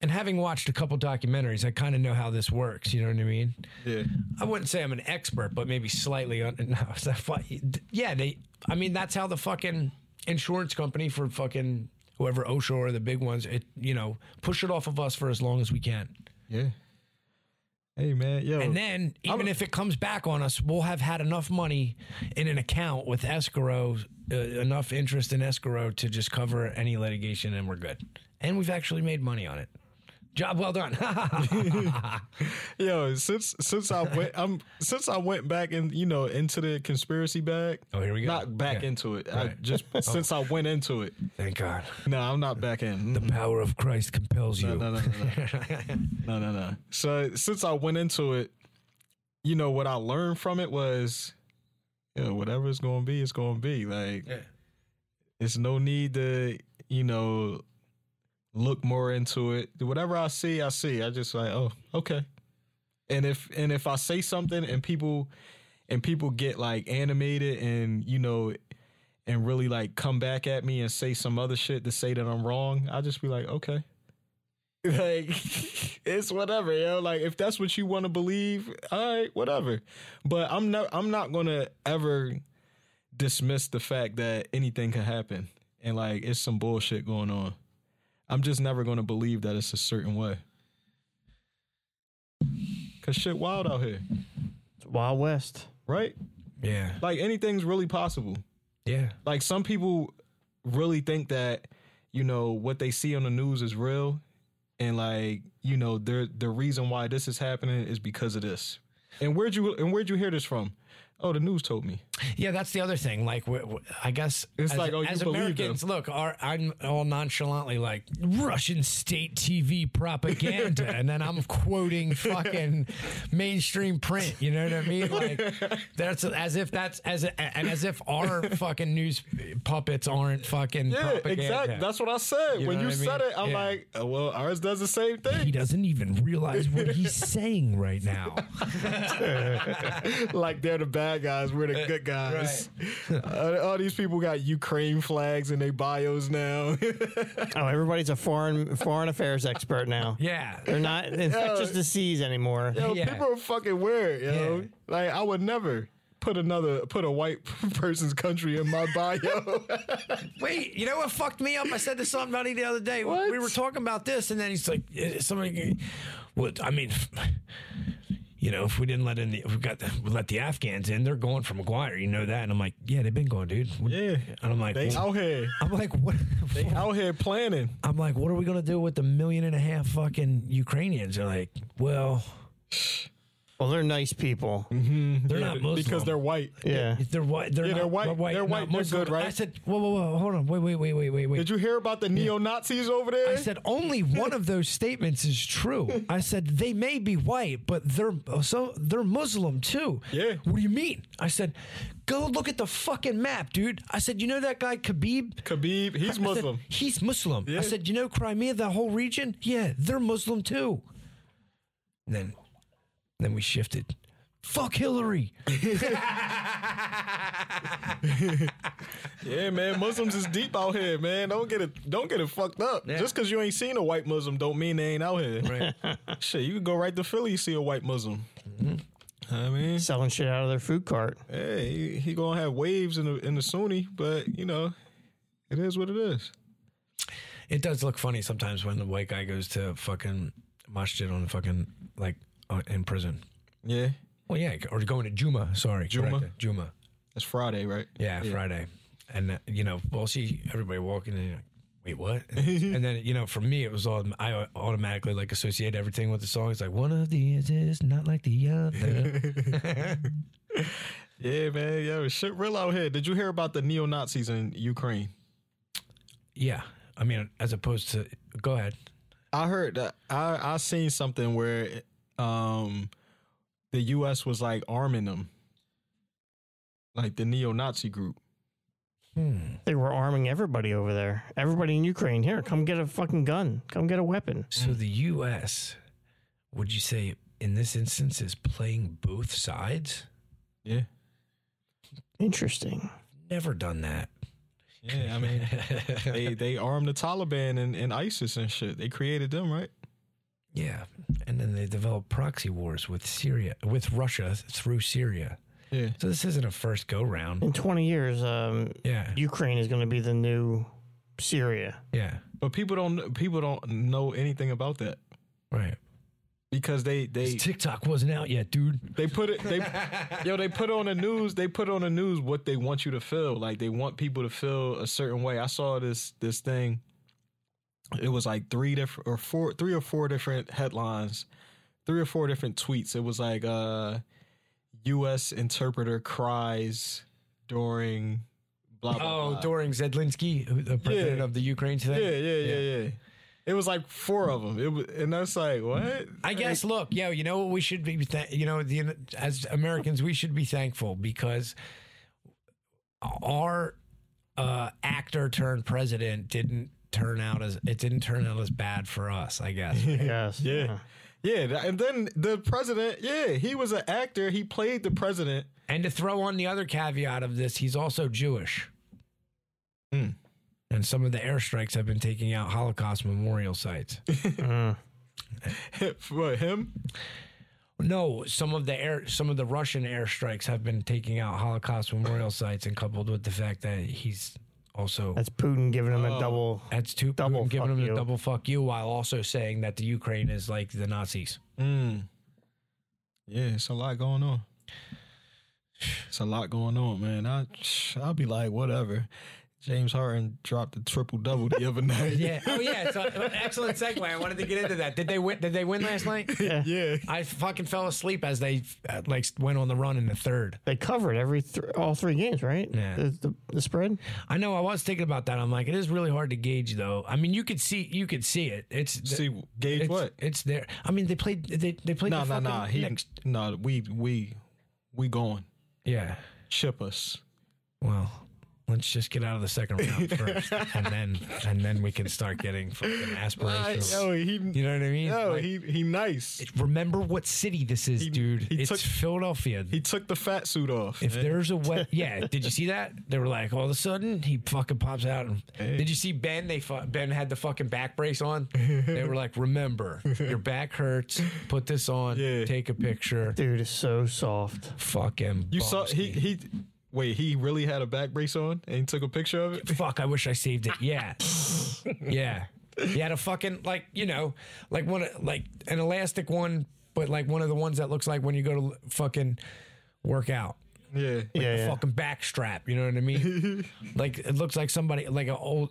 B: and having watched a couple documentaries, I kind of know how this works. You know what I mean?
C: Yeah.
B: I wouldn't say I'm an expert, but maybe slightly. Un- [LAUGHS] no, is that fu- yeah, they. I mean, that's how the fucking insurance company for fucking whoever OSHA or the big ones, it you know, push it off of us for as long as we can,
C: Yeah. Hey man, yo.
B: and then even if it comes back on us, we'll have had enough money in an account with escrow, uh, enough interest in escrow to just cover any litigation, and we're good. And we've actually made money on it. Job well done. [LAUGHS] Oh,
C: yo, since since I went I'm since I went back and you know into the conspiracy bag.
B: Oh, here we go.
C: Not back
B: Yeah.
C: into it. I [LAUGHS] just since I went into it.
B: Thank God.
C: No, I'm not back in.
B: The power of Christ compels you.
C: Mm-hmm. no, no, no, no, no, no, no. So since I went into it, you know what I learned from it was, you know, whatever it's going to be, it's going to be. Like, it's no need to, you know, look more into it. Whatever I see, I see. I just like, oh, okay. And if and if I say something and people and people get like animated and you know and really like come back at me and say some other shit to say that I'm wrong, I just be like, okay. [LAUGHS] Like it's whatever, yo. Like if that's what you want to believe, all right, whatever. But I'm not I'm not gonna ever dismiss the fact that anything can happen and like it's some bullshit going on. I'm just never gonna believe that it's a certain way. Cause shit wild out here,
D: It's Wild West.
C: right?
B: [LAUGHS] Yeah.
C: Like anything's really possible.
B: Yeah.
C: Like some people really think that, you know, what they see on the news is real and like, you know, they're the reason why this is happening is because of this. And where'd you and where'd you hear this from? Oh, the news told me.
B: Yeah, that's the other thing. Like, w- w- I guess
C: It's
B: as,
C: like, oh, you
B: as
C: believe
B: Americans, look, are, I'm all nonchalantly like Russian state TV propaganda, and then I'm
C: [LAUGHS]
B: quoting fucking mainstream print. You know what I mean? Like, that's as if that's as and as if our fucking news puppets aren't fucking
C: Yeah,
B: propaganda.
C: exactly. That's what I said. when
B: know what
C: you
B: I
C: said
B: mean?
C: it, I'm
B: Yeah.
C: like, oh, well, ours does the same
B: he
C: [LAUGHS] thing.
B: doesn't even realize what he's saying right
C: [LAUGHS]
B: now.
C: like they're the bad guys, we're the good guys. Uh, [LAUGHS] all these people got Ukraine flags in their bios now. [LAUGHS]
D: Oh, everybody's a foreign foreign affairs expert now.
B: Yeah. [LAUGHS]
D: They're not infectious disease anymore.
C: Yo,
B: Yeah.
C: people are fucking weird, yo.
B: Yeah.
C: Like I would never put another put a white [LAUGHS] person's country in my bio.
B: Wait, you know what fucked me up? I said to somebody the other day. We were talking about this, and then he's like, eh, "Somebody, well, I mean, [LAUGHS] you know, if we didn't let in, the, if we got the, we let the Afghans in, they're going for McGuire. You know that?" And I'm like, "Yeah, they've been going, dude." What-
C: Yeah.
B: and I'm like,
C: [LAUGHS] they
B: well-
C: out here.
B: "I'm like, what?"
C: They out here planning.
B: I'm like, "What are we gonna do with the million and a half fucking Ukrainians?" They're like, "Well,
D: Well, they're nice
B: [LAUGHS]
D: people.
B: they're not Muslim
C: Because they're white.
D: Yeah.
B: They're white. They're,
C: Yeah,
B: not,
C: they're white. They're
B: not
C: white. They're
B: Muslim.
C: good, right?
B: I said, "Whoa, whoa, whoa! Hold on! Wait, wait, wait, wait, wait, wait!"
C: Did you hear about the neo Nazis over there?
B: I said only one of those statements is
C: [LAUGHS]
B: true. I said they may be white, but they're so they're Muslim too.
C: Yeah.
B: What do you mean? I said, go look at the fucking map, dude. I said, you know that guy Khabib?
C: Khabib,
B: [LAUGHS]
C: he's Muslim.
B: He's Muslim.
C: Yeah.
B: I said, you know Crimea, that whole region? Yeah, they're Muslim too. And then, then we shifted. Fuck Hillary.
C: yeah, man, Muslims is deep out here, man. Don't get it, don't get it fucked up. Just because you ain't seen a white Muslim, don't mean they ain't out here.
B: Right.
C: Shit, you can go right to Philly, see a white Muslim.
B: Mm-hmm.
C: I mean,
D: Selling shit out of their food cart.
C: hey, he, he gonna have waves in the in the Sunni, but you know, it is what it is.
B: [LAUGHS] It does look funny sometimes when the white guy goes to fucking masjid on fucking like uh, in prison.
C: Yeah,
B: Well, yeah, or going to Juma. Sorry,
C: Juma?
B: correct. Juma.
C: that's Friday, right?
B: Yeah, Friday, and uh, you know, we'll see everybody walking in. Like, Wait,
C: [LAUGHS]
B: what? and then you know, for me, it was all I automatically like associate everything with the song. It's like one of these is not like the other.
C: [LAUGHS] Yeah, man. Yo, shit real out here. Did you hear about the neo Nazis in Ukraine?
B: yeah, I mean, as opposed to go ahead.
C: I heard that I I seen something where um the US was like arming them. Like the neo Nazi group. Hmm.
D: They were arming everybody over there. Everybody in Ukraine. Here, come get a fucking gun. Come get a weapon.
B: So the U.S. would you say in this instance is playing both sides?
C: Yeah.
D: Interesting.
B: Never done that.
C: Yeah,
B: [LAUGHS]
C: I mean [LAUGHS] they they armed the Taliban and, and ISIS and shit. They created them, right?
B: Yeah, and then they developed proxy wars with Syria, with Russia through Syria.
C: Yeah.
B: So this isn't a first go round.
D: In 20 years, um,
B: Yeah,
D: Ukraine is going to be the new Syria.
B: yeah,
C: But people don't people don't know anything about that
B: right.
C: because they they
B: TikTok wasn't out yet, dude.
C: They put it.
B: [LAUGHS]
C: They yo. They put on the news. They put on the news what they want you to feel. Like they want people to feel a certain way. I saw this this thing. It was like three different or four, three or four different headlines, three or four different tweets. It was like uh, U.S. interpreter cries during blah blah.
B: Oh,
C: blah.
B: during Zedlinsky, who- the president
C: Yeah.
B: of the Ukraine today.
C: yeah, yeah, yeah, yeah. It was like four of them. It was, and that's like what?
B: I guess. Look, yeah, you know what we should be. Th- you know, the, as Americans, we should be thankful because our uh, actor turned president didn't turn out as it didn't turn out as bad for us. I guess.
C: [LAUGHS]
D: Yes.
C: Yeah. Yeah, tha- and then the president. Yeah, he was an actor. He played the president. [LAUGHS]
B: And to throw on the other caveat of this, he's also Jewish.
C: Hmm.
B: And some of the airstrikes have been taking out Holocaust memorial
D: [LAUGHS]
B: sites.
D: Mm.
C: what him?
B: no, some of the air, some of the Russian airstrikes have been taking out Holocaust memorial sites, and coupled with the fact that he's also
D: That's Putin giving him a
C: Oh.
D: double.
B: that's two
D: double
B: Putin giving
D: fuck
B: him the
D: you.
B: double fuck you, while also saying that the Ukraine is like the Nazis.
C: Mm. Yeah, it's a lot going on. It's a lot going on, man. I I'll be like, whatever. James Harden dropped a triple double the [LAUGHS] other night.
B: Yeah. Oh yeah. [LAUGHS] So excellent segue. I wanted to get into that. Did they win? Did they win last
D: [LAUGHS]
B: night?
C: yeah.
B: I fucking fell asleep as they uh, like went on the run in the third.
D: They covered every th- all three games, right?
B: Yeah.
D: The, the, the spread.
B: I know. I was thinking about that. I'm like, it is really hard to gauge, though. I mean, you could see, you could see it. It's
C: See, gauge
B: it's,
C: what?
B: It's there. I mean, they played. They they played.
C: No,
B: the
C: no,
B: fucking
C: no. He,
B: next.
C: no. We, we, we going.
B: Yeah.
C: Chip us.
B: Well, let's just get out of the second
C: [LAUGHS]
B: round first, and then and then we can start getting fucking aspirations.
C: he,
B: you know what I mean?
C: yo,
B: Like,
C: he, he, nice.
B: remember what city this is, dude.
C: he
B: it's
C: took-
B: Philadelphia.
C: He took the fat suit off.
B: If there's a
C: [LAUGHS]
B: way, yeah. Did you see that? They were like, all of a sudden, he fucking pops out. And, Did you see Ben? They fu- Ben had the fucking back brace
C: [LAUGHS]
B: on. They were like, remember, your back hurts. Put this on.
C: Yeah.
B: Take a picture.
D: Dude is so soft.
B: Fucking.
C: you saw he,
B: bumsky.
C: he. Wait, he really had a back brace on and he took a picture of it.
B: Fuck. I wish I saved it.
C: [LAUGHS]
B: Yeah. yeah. He had a fucking like you know like one of- like an elastic one, but like one of the ones that looks like when you go to fucking work out.
C: Yeah.
D: yeah,
B: the
D: yeah.
B: fucking back strap. You know what I
D: [LAUGHS]
B: mean? like it looks like somebody, like an old,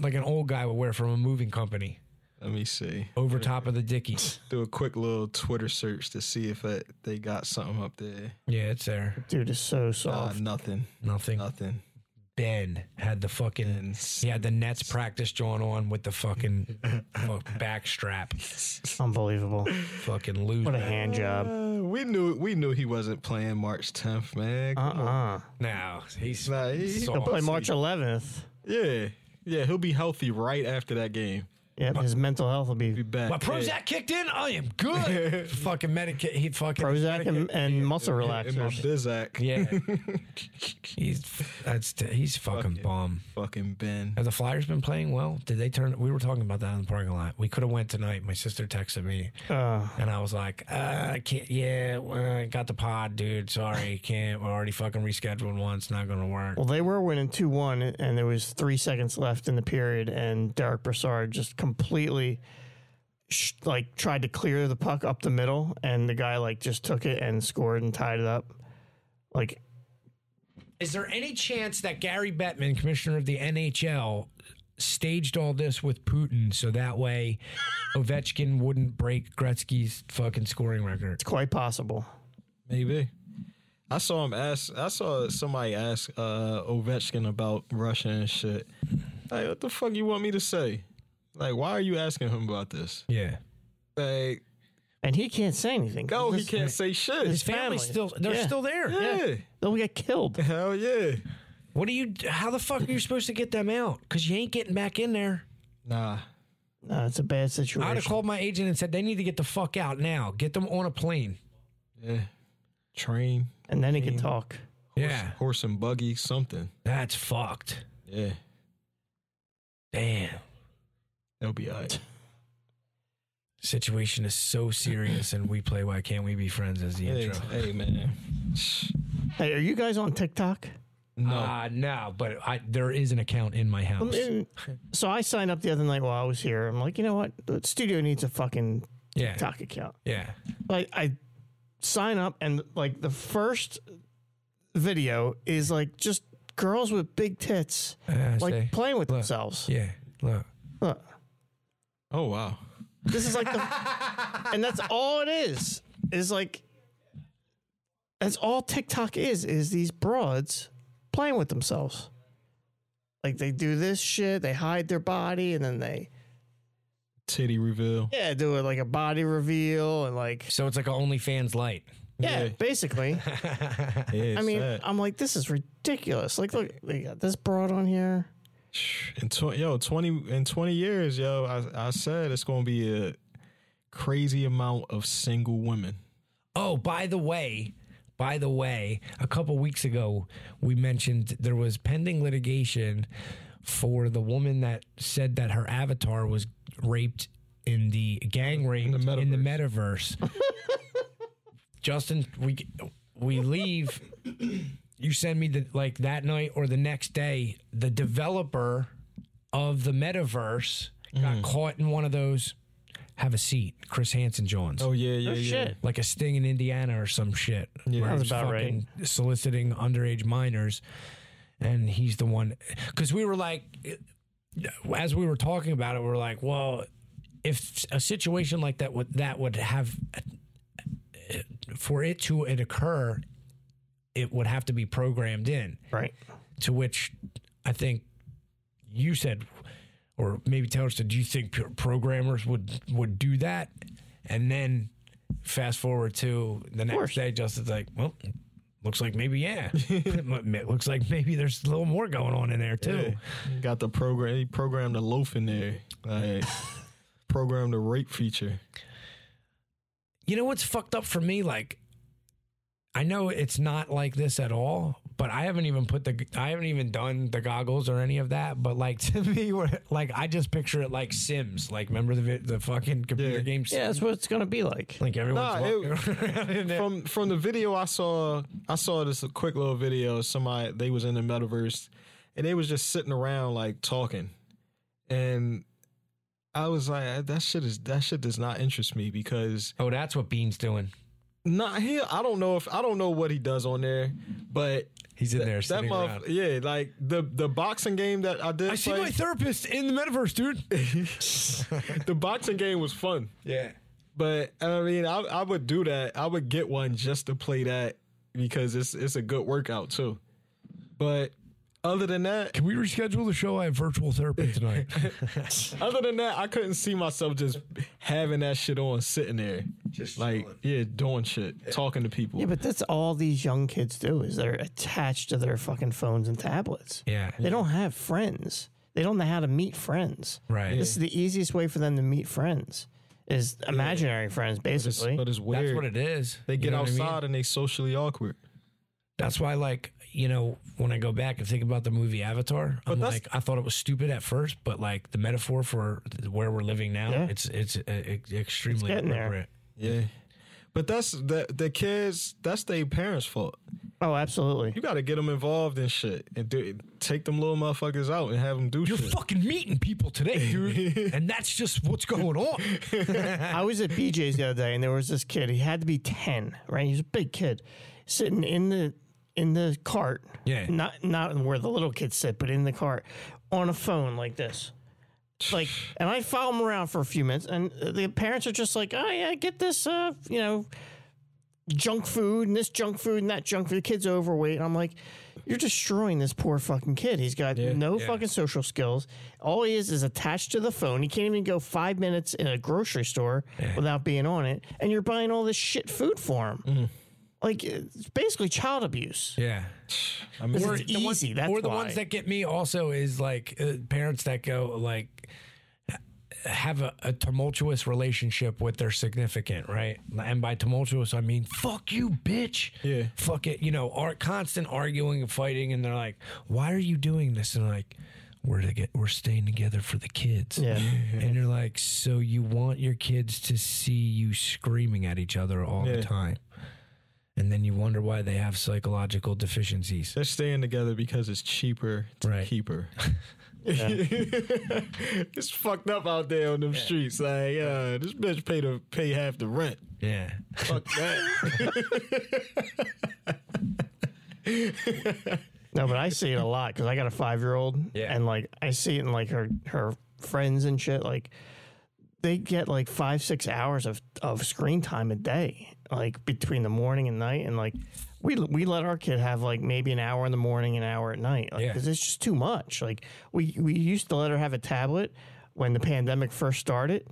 B: like an old guy would wear from a moving company
C: Let me see.
B: over top of the
D: [LAUGHS]
B: dickies.
C: Do a quick little Twitter search to see if it, they got something up there.
B: Yeah, it's there.
D: Dude is so
C: Nah,
D: soft.
C: nothing.
B: Nothing.
C: Nothing.
B: Ben had the fucking. He had the Nets practice joint on with the fucking fuck back strap.
D: Unbelievable.
B: Fucking loser.
D: What a hand
C: [LAUGHS]
D: job.
C: Uh, we knew we knew he wasn't playing March 10th, man.
D: Uh uh
B: No, he's
C: Nah, he- he-
B: soft.
D: He'll play March 11th.
C: Yeah, yeah, he'll be healthy right after that game.
D: Yep. His mental health will
C: Be
D: be
C: back.
B: My Prozac
C: Yeah.
B: kicked in. I am
D: [LAUGHS]
B: good. fucking medicate. He fucking
C: [LAUGHS]
D: Prozac and, and muscle
C: and my
D: relaxers.
C: Bizac.
D: [LAUGHS]
B: Yeah, he's that's he's fucking bum.
C: Fucking Ben.
B: Have the Flyers been playing well? Did they turn? We were talking about that in the parking lot. We could have went tonight. My sister texted me,
D: Uh,
B: and I was like, uh, I "Can't, yeah, well, I got the pod, dude. Sorry, can't. We're already fucking rescheduled once. Not gonna work."
D: well, they were winning 2 1, and there was three seconds left in the period, and Derek Brassard just completely. Sh- like tried to clear the puck up the middle, and the guy like just took it and scored and tied it up. Like
B: Is there any chance that Gary Bettman, commissioner of the NHL, staged all this with Putin so that way Ovechkin wouldn't break Gretzky's fucking scoring record?
D: it's quite possible.
C: Maybe. I saw him ask. I saw somebody ask uh, Ovechkin about Russia and shit. Like, what the fuck you want me to say? Like, why are you asking him about this?
B: Yeah.
C: Like,
D: And he can't say anything.
C: no, he
D: This-
C: can't say shit.
B: His family's
D: family.
B: still they're
D: Yeah.
B: still there.
C: Yeah.
D: They'll get killed.
C: Hell yeah.
B: What do you how the fuck are you supposed to get them out? Cuz you ain't getting back in there.
C: Nah.
D: No, Uh, it's a bad
B: I would have
D: situation.
B: called my agent and said they need to get the fuck out now. Get them on a plane.
C: Yeah. Train,
D: And then he can talk.
B: Yeah,
C: horse and buggy, something.
B: that's fucked.
C: Yeah.
B: Damn,
C: That'll be all right.
B: situation is so serious, and we play. Why can't we be friends? As the
C: Hey,
B: intro.
C: hey, man.
D: Hey, are you guys on TikTok?
C: No.
B: Uh, no, but I, there is an account in my house.
D: Um, So I signed up the other night while I was here. I'm like, you know what? The studio needs a fucking
B: Yeah,
D: TikTok account.
B: yeah.
D: Like I sign up and like the first video is like just girls with big tits
B: I
D: like
B: Uh, say,
D: playing with
B: Look.
D: themselves.
B: yeah. Look,
D: Look.
C: oh, wow.
D: This
B: [LAUGHS]
D: is like the And that's all it is. Is like that's all TikTok is, is these broads playing with themselves. Like they do this shit, they hide their body and then they
C: Titty reveal.
D: Yeah, do it like a body reveal and like
B: so it's like a OnlyFans [LAUGHS] light.
D: yeah,
C: Yeah.
D: basically.
C: Yeah,
D: I mean,
C: sad.
D: I'm like, this is ridiculous. Like, look, they got this broad on here.
C: in tw- yo, twenty in twenty years, yo, I, I said it's gonna be a crazy amount of single women.
B: Oh, by the way, by the way, a couple weeks ago we mentioned there was pending litigation for the woman that said that her avatar was raped in the gang rape in the metaverse. [LAUGHS] Justin, we we leave. You send me the like that night or the next day. The developer of the metaverse got caught in one of those. Have a seat, Chris Hansen Johns
C: Oh yeah, yeah, yeah.
D: Shit.
B: like a sting in Indiana or some shit.
C: Yeah.
B: where
D: Sounds
B: he's
D: about
B: fucking Soliciting underage minors. and he's the one because we were like, as we were talking about it, we are like, well, if a situation like that would that would have for it to it occur, it would have to be programmed in.
D: Right.
B: To which I think you said, or maybe Taylor said, do you think p- programmers would would do that? And then fast forward to the next
D: course.
B: day, Justin's like, well, looks like maybe yeah. it looks like maybe there's a little more going on in there too.
C: Got the program. He programmed the loaf in there. [LAUGHS] Like programmed the rape feature.
B: You know what's fucked up for me? Like, I know it's not like this at all, but I haven't even put the, I haven't even done the goggles or any of that. But like [LAUGHS] to me, we're- like I just picture it like Sims. Like, remember the vi- the fucking computer
C: Yeah.
B: game? Sims?
D: Yeah, that's what it's gonna be like.
B: Like everyone's
C: Nah, it-
B: walking [LAUGHS] around in there.
C: From from the video I saw, I saw this quick little video. Somebody they was in the metaverse, and they was just sitting around like talking, and I was like, that shit is that shit does not interest me because
B: oh, that's what Bean's doing.
C: not he. I don't know if I don't know what he does on there, but
B: He's in there
C: that
B: sitting
C: mother,
B: around.
C: yeah, like the the boxing game that I did
B: I see
C: play,
B: my therapist in the metaverse,
C: [LAUGHS]
B: dude.
C: the boxing game was fun.
B: yeah.
C: But I mean, I, I would do that. I would get one just to play that because it's it's a good workout too. But other than that,
B: Can we reschedule the show? I have virtual therapy
C: [LAUGHS]
B: tonight.
C: other than that, I couldn't see myself just having that shit on, sitting there,
B: Just
C: like yeah, doing shit, talking to people.
D: Yeah, but that's all these young kids do is they're attached to their fucking phones and tablets.
B: yeah.
D: They don't have friends. They don't know how to meet friends.
B: Right.
D: This is the easiest way for them to meet friends is imaginary friends,
C: It's-
D: basically.
C: but it's weird.
B: That's what it is.
C: they
B: You
C: get
B: know what I mean?
C: outside and they socially awkward.
B: That's why, like, you know, when I go back and think about the movie Avatar, I'm
C: that's-
B: like, I thought it was stupid at first, but like the metaphor for where we're living now,
D: Yeah.
B: it's it's uh, ex- extremely
D: getting there.
B: appropriate.
C: Yeah. But that's the the kids. That's their parents' fault.
D: oh, absolutely.
C: You got to get them involved in shit and do, take them little motherfuckers out and have them do
B: You're
C: shit.
B: fucking meeting people today,
D: [LAUGHS]
B: dude, and that's just what's going on.
D: I was at BJ's the other day and there was this kid. He had to be 10, right? He was a big kid sitting in the in the cart.
B: Yeah.
D: Not not where the little kids sit, but in the cart on a phone like this. like and i follow them around for a few minutes and the parents are just like oh yeah get this uh you know junk food and this junk food and that junk food the kid's overweight and i'm like you're destroying this poor fucking kid he's got no fucking social skills all he is is attached to the phone he can't even go five minutes in a grocery store without being on it and you're buying all this shit food for him like it's basically child abuse
B: Yeah.
C: [SIGHS] I mean,
D: Or- It's
B: the
D: easy,
B: One,
D: that's
B: or the
D: why.
B: ones that get me also is like uh, parents that go like ha- have a, a tumultuous relationship with their significant, right? And by tumultuous, I mean fuck you, bitch.
C: Yeah.
B: Fuck it. You know, are constant arguing and fighting, and they're like, "Why are you doing this?" And like. We're to get. We're staying together for the kids.
D: Yeah.
B: and you're like, so you want your kids to see you screaming at each other all
C: Yeah.
B: the time, and then you wonder why they have psychological deficiencies.
C: They're staying together because it's cheaper to
B: Right.
C: keep her. [LAUGHS] it's fucked up out there on them streets. Like, uh, this bitch pay to pay half the rent.
B: Yeah.
C: Fuck that.
D: No, but
B: [LAUGHS]
D: I see it a lot because I got a five year old,
B: Yeah.
D: and like I see it in like her her friends and shit. Like they get like five six hours of of screen time a day, like between the morning and night, and like we we let our kid have like maybe an hour in the morning, an hour at night, like
B: Yeah.
D: because it's just too much. Like we we used to let her have a tablet when the pandemic first started.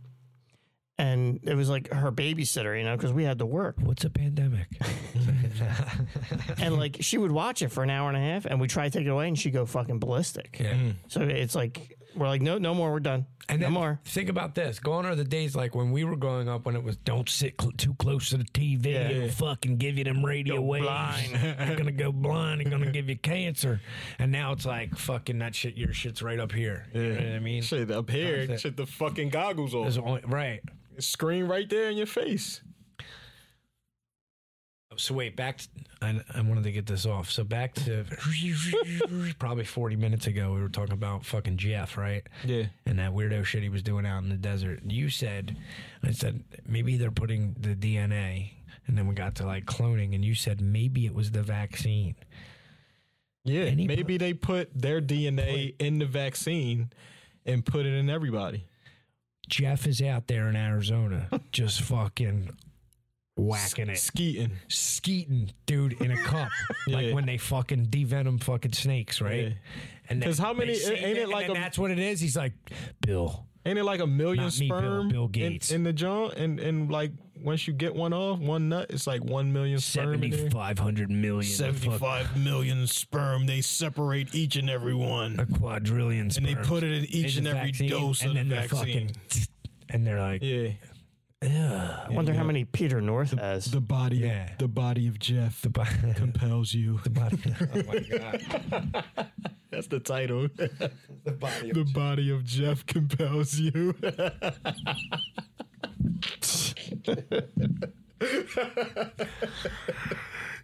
D: And it was like her babysitter, you know, because we had to work.
B: [LAUGHS] What's a pandemic?
D: and like she would watch it for an hour and a half, and we try to take it away, and she'd go fucking ballistic. So it's like we're like, no, no more. We're done.
B: Hmm. And
D: no
B: then
D: more.
B: think about this. Gone are the days like when we were growing up when it was don't sit cl- too close to the TV. It'll fucking give you them radio waves. [LAUGHS] you're going to go blind. You're going to give you cancer. And now it's like fucking that shit. Your shit's right up here. [LAUGHS] You know what I mean?
C: shit up here.
B: That's it.
C: Shit the fucking goggles
B: It's
C: on.
B: on- right.
C: Screen right there in your face.
B: So wait, back. To, I, I wanted to get this off. So back to [LAUGHS] probably 40 minutes ago, we were talking about fucking Jeff, right?
C: Yeah.
B: and that weirdo shit he was doing out in the desert. And You said, I said, maybe they're putting the DNA. And then we got to like cloning, and you said maybe it was the vaccine.
C: Yeah,
B: And he
C: maybe they put their DNA in the vaccine and put it in everybody.
B: Jeff is out there in
C: [LAUGHS]
B: Arizona just fucking whacking it.
C: Skeeting.
B: Skeeting, dude, in a cup.
C: [LAUGHS] Yeah.
B: Like when they fucking devenom fucking snakes, right?
C: Yeah.
B: And they-
C: 'Cause how
B: they
C: many-
B: say
C: ain't it
B: that, and
C: like
B: then
C: a-
B: that's what it is. He's like, Bill,
C: Ain't it like a million
B: Not me, Bill,
C: sperm
B: Bill
C: in-
B: Gates.
C: In, the jaw? And and like once you get one off, one nut, it's like one million sperm. in there.
B: 7,500 million. fuck-
C: million sperm. They separate each and every one.
B: A quadrillion
C: And they
B: sperms
C: put it in each
B: in
C: and
B: the
C: every
B: vaccine,
C: dose
B: and
C: of the
B: then they're
C: vaccine.
B: Fucking, and they're like, [LAUGHS]
C: Yeah.
D: I wonder how many Peter North has.
C: The body
B: Yeah.
C: the body of Jeff
B: the body. [LAUGHS]
C: compels you.
B: The body.
C: That's the title. the body of, the body of Jeff compels you.
B: [LAUGHS]
C: [LAUGHS]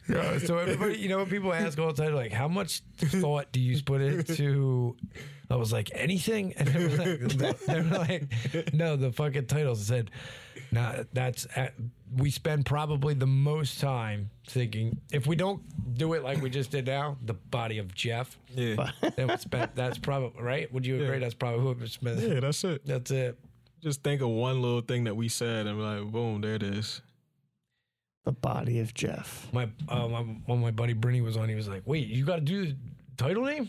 B: Yeah, so everybody, you know, when people ask all the time, like, how much thought do you put into? I was like, anything, and they were like, [LAUGHS] they were like no, the fucking titles said, nah, that's uh we spend probably the most time thinking if we don't do it like we just did now, the body of Jeff.
C: yeah.
B: Then we spend that's probably right. Would you agree?
C: Yeah.
B: That's probably what we spent.
C: Yeah, that's it.
B: That's it.
C: Just think of one little thing that we said and be like, boom, there it is.
D: the body of Jeff.
B: my uh, my when my buddy Brittany was on, he was like, "Wait, you got to do the title name?"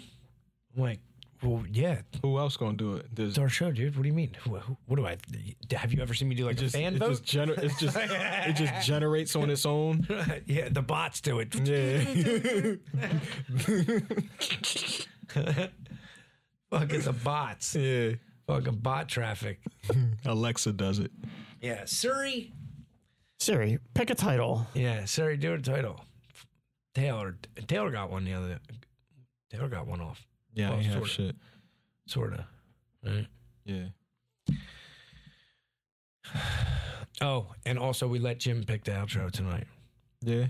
B: I'm like, "Well, yeah,
C: Who else gonna do it? There's
B: it's our show, dude. What do you mean? Who, who, what do I? Have you ever seen me do like
C: just,
B: a fan
C: it
B: vote?
C: just gener- it's just it
B: [LAUGHS]
C: just generates on its own.
B: yeah, the bots do it.
C: Yeah.
B: [LAUGHS]
C: [LAUGHS]
B: Fucking the [LAUGHS] bots.
C: yeah.
B: Fucking bot traffic.
C: Alexa does it.
B: Yeah, Siri.
D: Siri, pick a title.
B: Yeah, Siri, do a title. Taylor Taylor got one the other. Taylor got one off,
C: Yeah,
B: Well,
C: I
B: sorta.
C: have shit.
B: sorta.
C: Yeah.
B: Oh, and also we let Jim pick the outro tonight.
C: Yeah.
B: I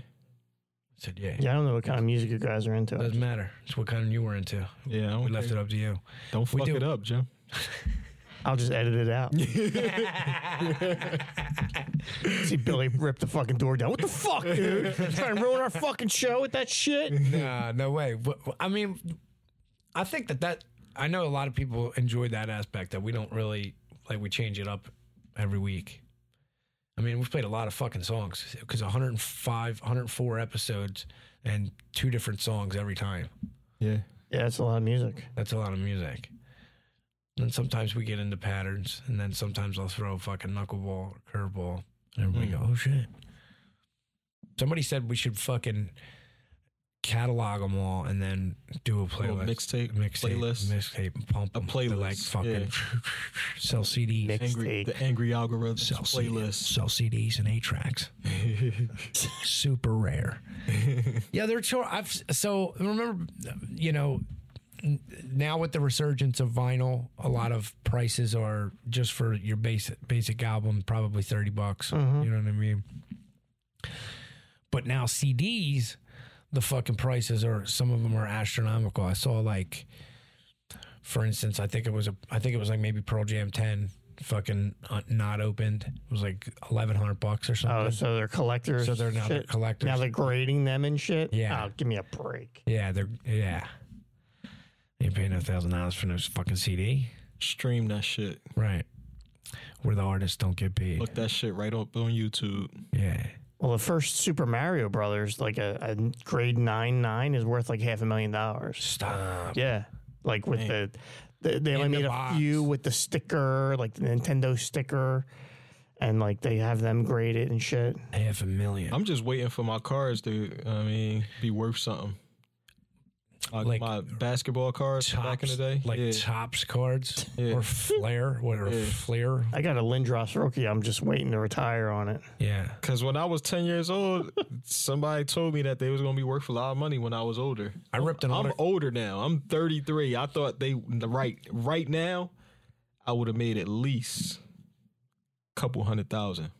B: said, yeah,
D: Yeah, I don't know what kind of music you guys are into.
B: doesn't matter. It's what kind of you were into.
C: Yeah. I
B: We
C: don't,
B: left it up to you.
C: don't
B: we
C: fuck
B: do.
C: it up, Jim.
D: I'll just edit it out. See Billy rip the fucking door down. What the
B: [LAUGHS]
D: fuck, dude? Trying to ruin our fucking show with that shit.
B: Nah, no way. But- but, I mean, I think that that I know a lot of people enjoy that aspect that we don't really like. We change it up every week. I mean, we've played a lot of fucking songs because 105, 104 episodes and two different songs every time.
C: Yeah.
D: Yeah, it's a lot of music.
B: That's a lot of music. And sometimes we get into patterns, and then sometimes I'll throw a fucking knuckleball or curveball, and everybody
C: Hmm.
B: go, "Oh shit!" Somebody said we should fucking catalog them all and then do a
C: Little
B: playlist,
C: mixtape,
B: mixtape,
C: playlist.
B: mixtape, pump
C: A
B: 'em. They're like
C: playlist,
B: fucking sell CDs,
D: Mix
C: Angry
D: tape.
C: the angry algorithm
B: sell CDs,
C: playlist.
B: sell CDs and eight tracks. Super rare. yeah, they're sure. I've so remember, you know, n- now with the resurgence of vinyl, a lot of prices are just for your basic basic album probably thirty bucks. You know what I mean? But now CDs, the fucking prices are some of them are astronomical. I saw like for instance, I think it was a, I think it was like maybe Pearl Jam ten, fucking uh, not opened. It was like eleven hundred bucks or
D: Oh,
B: something.
D: so they're collectors.
B: so they're now
D: shit.
B: they're collectors.
D: Now they're grading them and shit.
B: Yeah.
D: Oh, give me a break.
B: yeah, they're yeah. You're paying a thousand dollars for no fucking CD,
C: Stream that shit.
B: right? Where the artists don't get paid.
C: Look that shit right up on YouTube.
B: Yeah,
D: Well, the first Super Mario Brothers, like a, a grade nine nine, is worth like half a million dollars.
B: stop.
D: Yeah, like with the, the they only
B: In the
D: made a
B: box.
D: few with the sticker, like the Nintendo sticker, and like they have them graded and shit.
B: Half a million.
C: I'm just waiting for my cards to, I mean, be worth something. Like,
B: Like
C: my basketball cards
B: Tops,
C: back in the day.
B: like
C: yeah.
B: tops cards
C: Yeah.
B: or flair, what or flair?
D: I got a Lindros rookie. I'm just waiting to retire on it.
B: Yeah,
C: Cause when I was ten years old, somebody told me that they was gonna be worth a lot of money when I was older.
B: I ripped an
C: I'm
B: auto.
C: older now. I'm 33. I thought they the right right now, I would have made at least a couple hundred thousand.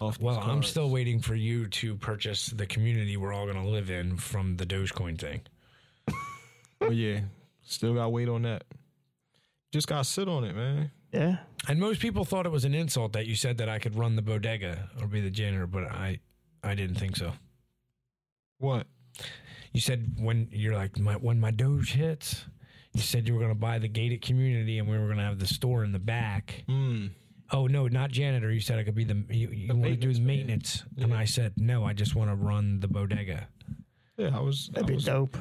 C: Off these
B: Well, I'm
C: cards.
B: still waiting for you to purchase the community we're all going to live in from the Dogecoin thing.
C: But yeah, still got to wait on that. Just gotta sit on it, man.
D: Yeah,
B: And most people thought it was an insult that you said that I could run the bodega or be the janitor, but I I didn't think so.
C: What?
B: You said when you're like my, when my Doge hits, you said you were gonna buy the gated community and we were gonna have the store in the back.
C: Hmm.
B: Oh no, not janitor. You said I could be the you, you want to do maintenance, and I said no. I just want to run the bodega.
C: Yeah, I was. I
D: That'd be
C: was-
D: dope.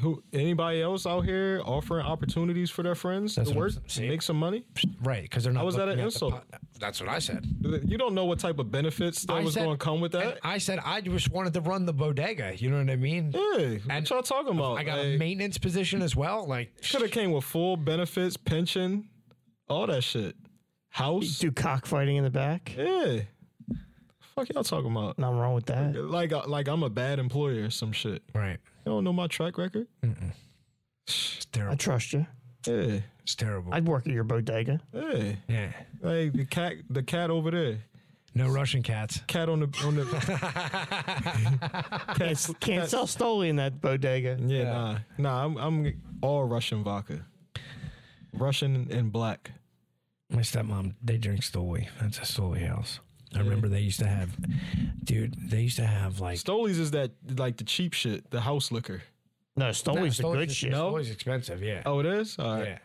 C: who anybody else out here offering opportunities for their friends
B: That's
C: to
B: what
C: work,
B: I'm saying.
C: make some money?
B: Right, because they're not.
C: How is that
B: looking
C: an
B: at the
C: insult?
B: po- That's what I said.
C: You don't know what type of benefits that
B: I
C: was
B: said-
C: going to come with
B: and
C: that.
B: I said I just wanted to run the bodega. You know what I mean?
C: Hey,
B: and
C: what y'all talking about?
B: I got a maintenance position as well. Like
C: Should have came with full benefits, pension, all that shit. House.
D: Do cockfighting in the back.
C: Yeah. Fuck y'all talking about?
D: Nothing wrong with that.
C: Like, uh, like I'm a bad employer or some shit.
B: right,
C: You don't know my track record?
B: it's
D: I
B: terrible.
D: trust you.
C: Yeah.
B: It's terrible.
D: I'd work at your bodega.
C: Yeah.
B: yeah,
C: Like the cat, the cat over there.
B: no Russian cats.
C: Cat on the on the.
D: Can't, can't sell Stoli in that bodega.
C: Yeah, nah, nah. I'm I'm all Russian vodka. Russian and black.
B: My stepmom, they drink Stoli. That's a Stoli house. I remember they used to have, dude. They used to have like
C: Stoli's is that like the cheap shit, the house liquor.
D: No, Stoli's
B: Nah,
D: the good
B: Stoli's-
D: shit.
B: Stoli's expensive. Yeah.
C: Oh, it is. All right.
B: yeah.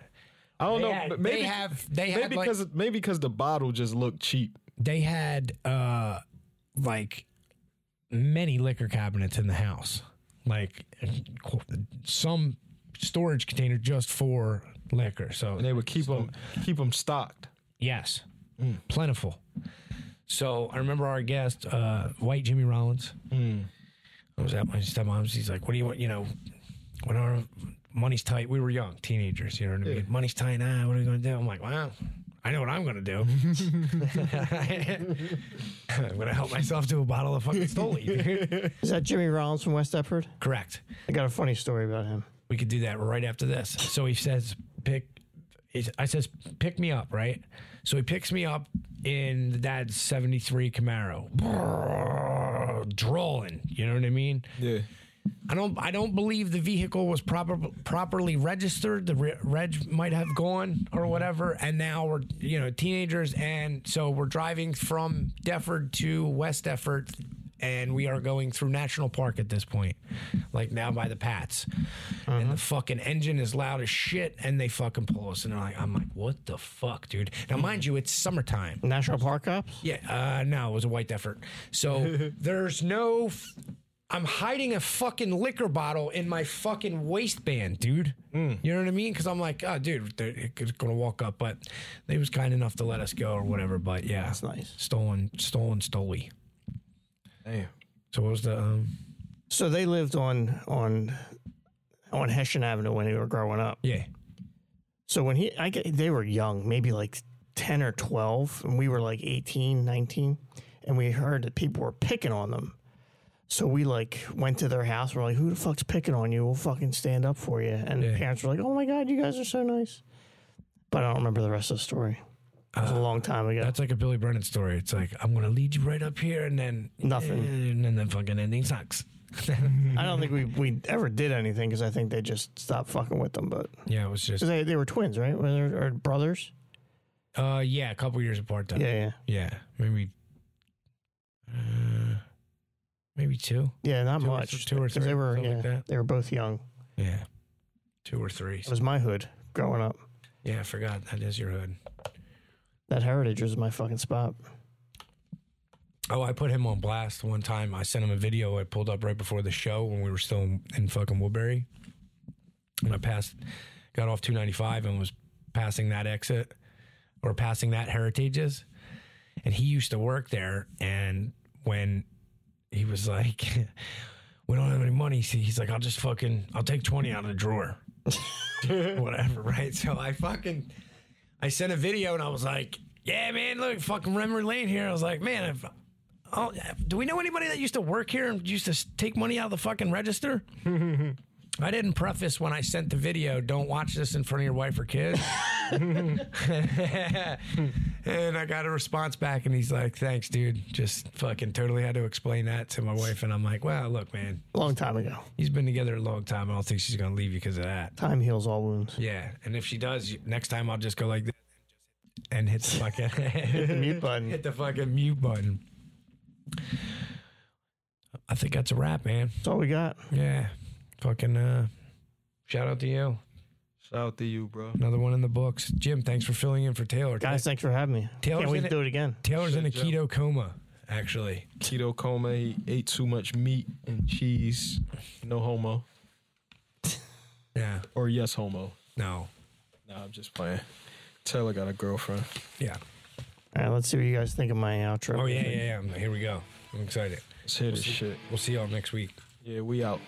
C: I don't
B: They
C: know.
B: had-
C: but
B: they
C: maybe
B: have- they
C: maybe
B: had, like-
C: because maybe because the bottle just looked cheap.
B: They had uh like many liquor cabinets in the house. Like qu- some storage container just for liquor. So
C: And they would keep them keep them stocked.
B: Yes, plentiful. So I remember our guest, uh, White Jimmy Rollins. I was at my stepmom's. He's like, "What do you want? You know, when our money's tight, we were young teenagers. You know what I mean? Money's tight now. What are we going to do?" I'm like, "Well, I know what I'm going to do. [LAUGHS] I'm going to help myself to a bottle of fucking Stoli." dude."
D: Is that Jimmy Rollins from West Deptford?
B: Correct.
D: I got a funny story about him.
B: we could do that right after this. So he says, pick. he's- I says, pick me up, right? So he picks me up in the dad's '73 Camaro, Brrr, drawling. You know what I mean?
C: Yeah.
B: I don't. I don't believe the vehicle was proper, properly registered. The re- reg might have gone or whatever. And now we're you know teenagers, and so we're driving from Defford to West Defford, and we are going through National Park at this point, like now by the Pats, and the fucking engine is loud as shit, and they fucking pull us, and they're like, I'm like, what the fuck, dude? Now mind you, it's summertime.
D: National Park Cops?
B: Yeah, uh, no, it was a white effort.
D: [LAUGHS]
B: So there's no. F- I'm hiding a fucking liquor bottle in my fucking waistband, dude.
D: Hmm.
B: You know what I mean? Because I'm like, oh, dude, they're it's gonna walk up, but they was kind enough to let us go or whatever. But yeah,
D: That's nice.
B: Stolen, stolen, stoley.
C: Damn.
B: So what was the? Um,
D: So they lived on on on Hessian Avenue when they were growing up.
B: yeah,
D: So when he, I get, they were young, maybe like 10 or 12, and we were like 18, 19, and we heard that people were picking on them. So we like went to their house. We're like, who the fuck's picking on you? We'll fucking stand up for you. And the
B: Yeah.
D: parents were like, oh my God, you guys are so nice. But I don't remember the rest of the story. It was a long time ago.
B: Uh, that's like a Billy Brennan story. It's like I'm gonna lead you right up here, and then
D: Nothing.
B: and then the fucking ending
D: [LAUGHS]
B: sucks. [LAUGHS]
D: I don't think we, we ever did anything because I think they just stopped fucking with them. But
B: yeah, it was just
D: 'cause they, they were twins, right? Were they or brothers?
B: uh, yeah, a couple years apart though.
D: Yeah, yeah.
B: Yeah, maybe, uh, maybe two.
D: Yeah, not
B: Two or
D: much.
B: th- two or
D: 'cause
B: three,
D: They were,
B: something
D: yeah,
B: like that.
D: they were both young.
B: Yeah, two or three.
D: It was my hood growing up.
B: Yeah, I forgot that is your hood.
D: That heritage was my fucking spot.
B: Oh, I put him on blast one time. I sent him a video I pulled up right before the show when we were still in, in fucking Woodbury, and I passed, got off two ninety five and was passing that exit or passing that Heritages, and he used to work there. And when he was like, [LAUGHS] "We don't have any money," so he's like, "I'll just fucking I'll take twenty out of the drawer, [LAUGHS] whatever." Right? So I fucking I sent a video and I was like, "Yeah, man, look, fucking memory lane here." I was like, "Man, if, oh, do we know anybody that used to work here and used to s- take money out of the fucking register?" I didn't preface when I sent the video, don't watch this in front of your wife or kids. and I got a response back, and he's like, thanks, dude. Just fucking totally had to explain that to my wife. And I'm like, well, look, man,
D: Long time ago.
B: he's been together a long time. I don't think she's going to leave you because of that.
D: Time heals all wounds.
B: Yeah. And if she does, you- next time I'll just go like this and hit the fucking [LAUGHS]
D: The [LAUGHS] mute button.
B: hit the fucking mute button. I think that's a wrap, man.
D: That's all we got.
B: Yeah. fucking uh, shout out to you.
C: Shout out to you, bro.
B: Another one in the books. Jim, thanks for filling in for Taylor.
D: Guys, thanks for having me.
B: Taylor's
D: Can't wait
B: in
D: to
B: it.
D: do it again.
B: Taylor's in a
C: Shit, Jim.
B: keto coma, actually.
C: Keto coma. He ate too much meat and cheese. No homo.
B: Yeah.
C: Or yes, homo.
B: No.
C: Nah, I'm just playing. Taylor got a girlfriend.
B: Yeah.
D: All right, let's see what you guys think of my outro.
B: Oh yeah, yeah, yeah. Here we go. I'm excited.
C: Let's hear this shit.
B: We'll see y'all next week.
C: Yeah, we out.